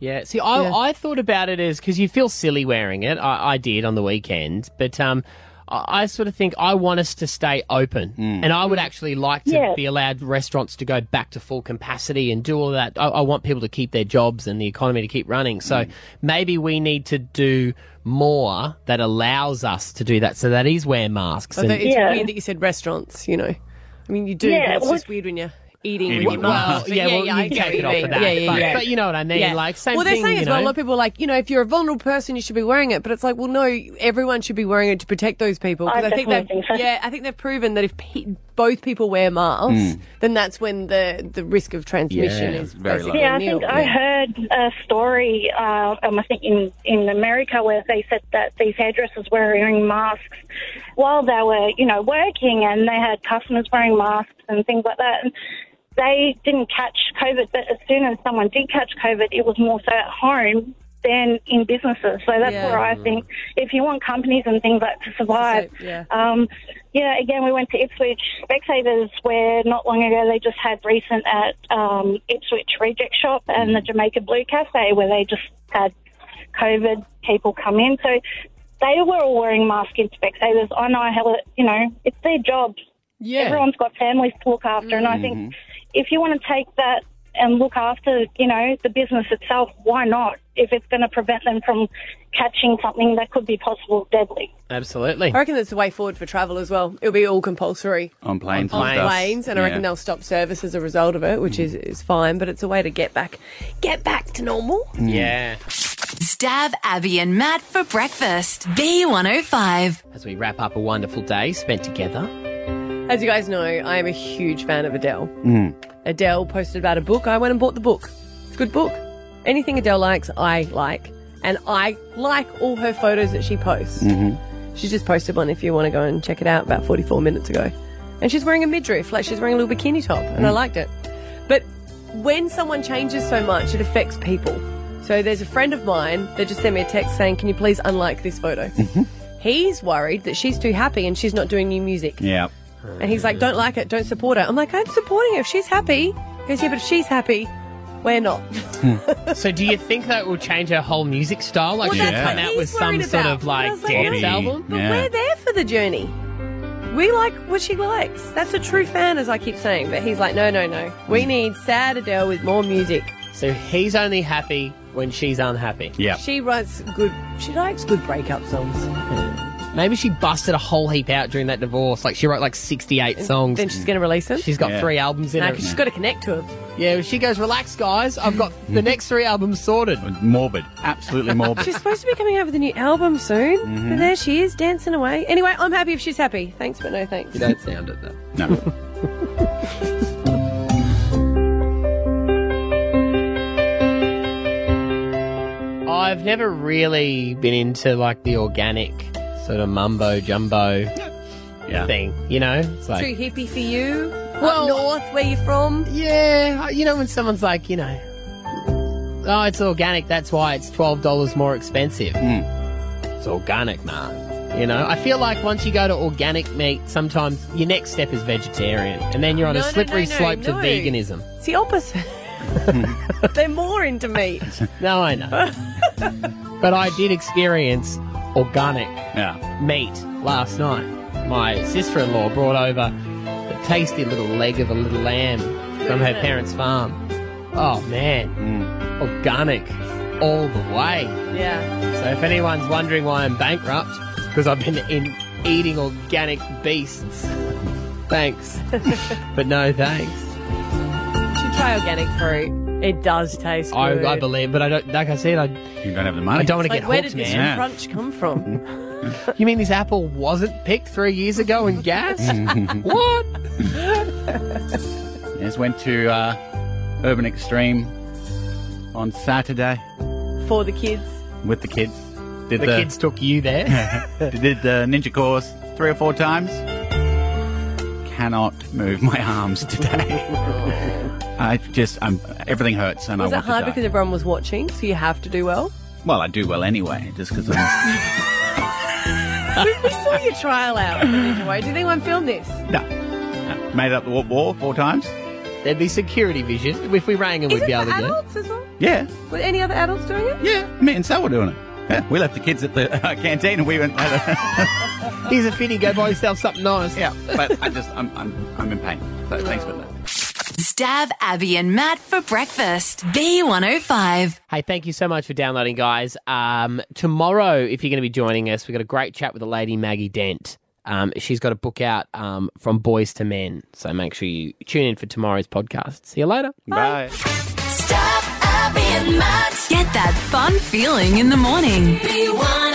S2: Yeah, see, I, I thought about it as because you feel silly wearing it. I, I did on the weekend, but um, I, I sort of think I want us to stay open, and I would actually like to
S6: Yeah.
S2: be allowed restaurants to go back to full capacity and do all that. I, I want people to keep their jobs and the economy to keep running. So maybe we need to do more that allows us to do that. So that is wear masks.
S4: Although
S2: and-
S4: it's weird Oh, that you said restaurants, you know. I mean, you do,
S2: Yeah,
S4: but it's
S2: well-
S4: just weird when you're eating
S2: Eating
S4: with your
S2: with
S4: mask.
S2: masks. Yeah, well, you
S4: I get
S2: take
S4: what
S2: it
S4: you
S2: off for
S4: mean.
S2: that,
S4: Yeah, yeah,
S2: but-
S4: yeah.
S2: but you know what I mean, like, same
S4: Well, they're
S2: thing,
S4: saying
S2: you
S4: as well, a
S2: know.
S4: lot of people are like, you know, if you're a vulnerable person, you should be wearing it. But it's like, well, no, everyone should be wearing it to protect those people. 'Cause
S6: I
S4: think
S6: definitely
S4: they've,
S6: think so.
S4: yeah, I think they've proven that if pe- both people wear masks,
S6: Mm.
S4: then that's when the the risk of transmission
S6: Yeah,
S4: is
S6: it's very
S4: basically
S6: Yeah, I
S4: nil.
S6: think I
S4: Yeah.
S6: heard a story. Uh, um, I think in in America where they said that these hairdressers were wearing masks while they were, you know, working, and they had customers wearing masks and things like that. And they didn't catch COVID, but as soon as someone did catch COVID, it was more so at home than in businesses. So that's
S7: Yeah.
S6: where I think if you want companies and things like to survive,
S7: yeah.
S6: um, yeah, again, we went to Ipswich Specsavers where not long ago they just had recent at um, Ipswich Reject Shop and the Jamaica Blue Cafe where they just had COVID people come in. So they were all wearing masks in Specsavers. I know, hell, you know, it's their jobs.
S4: Yeah.
S6: Everyone's got families to look after. And I
S2: Mm-hmm.
S5: Mhm.
S6: think if you want to take that and look after, you know, the business itself, why not? If it's going to prevent them from catching something that could be possible deadly.
S2: Absolutely.
S4: I reckon that's the way forward for travel as well. It'll be all compulsory
S5: On Oh, planes
S4: on
S5: and stuff.
S4: planes, and I reckon
S5: Yeah. Mm.
S4: they'll stop service as a result of it, which is, is fine. But it's a way to get back, get back to normal. Mm.
S2: Yeah.
S1: Stab Abby and Matt for breakfast. B105.
S2: As we wrap up a wonderful day spent together.
S4: As you guys know, I am a huge fan of Adele.
S2: Mm.
S4: Adele posted about a book. I went and bought the book. It's a good book. Anything Adele likes, I like, and I like all her photos that she posts. She just posted one if you want to go and check it out about 44 minutes ago. And she's wearing a midriff, like she's wearing a little bikini top, and I liked it. But when someone changes so much, it affects people. So there's a friend of mine that just sent me a text saying, Can you please unlike this photo? He's worried that she's too happy and she's not doing new music.
S5: Yeah.
S4: And he's like, Don't like it, don't support her. I'm like, I'm supporting her. If she's happy, he goes, Yeah, but if she's happy, we're not.
S2: <laughs>
S4: <laughs>
S2: so do you think that will change her whole music style? Like
S4: Well,
S2: she'll
S4: that's
S2: come
S4: what
S2: out
S4: he's
S2: with some
S4: worried
S2: sort
S4: about.
S2: of
S4: And I
S2: like
S4: was like,
S2: dance
S4: no,
S2: album?
S4: But we're there for the journey. We like what she likes. That's a true fan, as I keep saying. But he's like, no, no, no. We need sad Adele with more music.
S2: So he's only happy when she's unhappy.
S5: Yeah.
S4: She writes good. She likes good breakup songs.
S2: Maybe she busted a whole heap out during that divorce. Like she wrote like 68 songs. Then
S4: she's going to release them?
S2: She's got
S4: Yeah.
S2: three albums in
S4: No,
S2: her.
S4: 'cause she's got to connect to him.
S2: Yeah, she goes, relax, guys. I've got the next three albums sorted.
S5: Morbid. Absolutely morbid.
S4: She's supposed to be coming out with a new album soon.
S5: Mhm.
S4: But there she is, dancing away. Anyway, I'm happy if she's happy. Thanks, but no thanks.
S2: sound it though.
S5: No.
S2: I've never really been into like the organic sort of mumbo jumbo thing. You know, it's like
S4: Too hippie for you. Well, north, where you from?
S2: Yeah, you know when someone's like, you know, oh, it's organic. That's why it's twelve dollars more expensive. It's organic, man. You know, I feel like once you go to organic meat, sometimes your next step is vegetarian, and then you're on
S4: No,
S2: a
S4: no, no,
S2: slippery
S4: no,
S2: slope to
S4: no.
S2: veganism.
S4: It's the opposite. <laughs> They're more into meat.
S2: No, I know. but I did experience organic meat last night. My sister in law brought over a tasty little leg of a little lamb from her
S4: Isn't it?
S2: parents' farm. Oh, man. Organic all the way.
S4: Yeah.
S2: So, if anyone's wondering why I'm bankrupt, because I've been in eating organic beasts.
S4: <laughs>
S2: Thanks. but no thanks.
S4: Should try organic fruit. It does taste good.
S2: I, I believe, but I don't, like I said, I,
S5: you don't have the money.
S2: I don't want
S4: It's
S2: to
S4: like,
S2: get
S4: where
S2: hooked,
S4: did this
S2: man.
S4: crunch come from?
S2: <laughs> You mean this apple wasn't picked three years ago and gassed?
S5: <laughs>
S2: what?
S5: Yes, went to uh, Urban Extreme on Saturday
S4: for the kids.
S5: with the kids. <laughs>
S2: The kids took you there?
S5: did the ninja course three or four times. Cannot move my arms
S2: <laughs>
S5: today. I just, I'm everything hurts, and
S4: was
S5: I
S4: it
S5: want
S4: hard
S5: to die.
S4: because everyone was watching, so you have to do well?
S5: Well, I do well anyway, just because I'm.
S4: we, we saw your trial out. of the Ninja Warrior. Do you think anyone filmed this?
S5: uh, Made up the wa- wall four times.
S2: There'd be security vision. If we rang and
S4: Is
S2: we'd
S4: it
S2: be
S4: for
S2: able to get it.
S4: adults as well?
S5: Yeah,
S4: Were any other adults doing it?
S5: Yeah. me and Sal were doing it. Yeah, we left the kids at the uh, canteen, and we went.
S2: Here's a finny. Go buy yourself something nice.
S5: Yeah, but I just, I'm, I'm, I'm in pain. So thanks for that.
S1: Stab Abby and Matt for breakfast. B105.
S2: Hey, thank you so much for downloading, guys. Um, tomorrow, if you're going to be joining us, we've got a great chat with the lady Maggie Dent. Um, she's got a book out um, from Boys to Men, so make sure you tune in for tomorrow's podcast. See you later.
S5: Bye.
S1: Abby and Matt. Get that fun feeling in the morning. B105.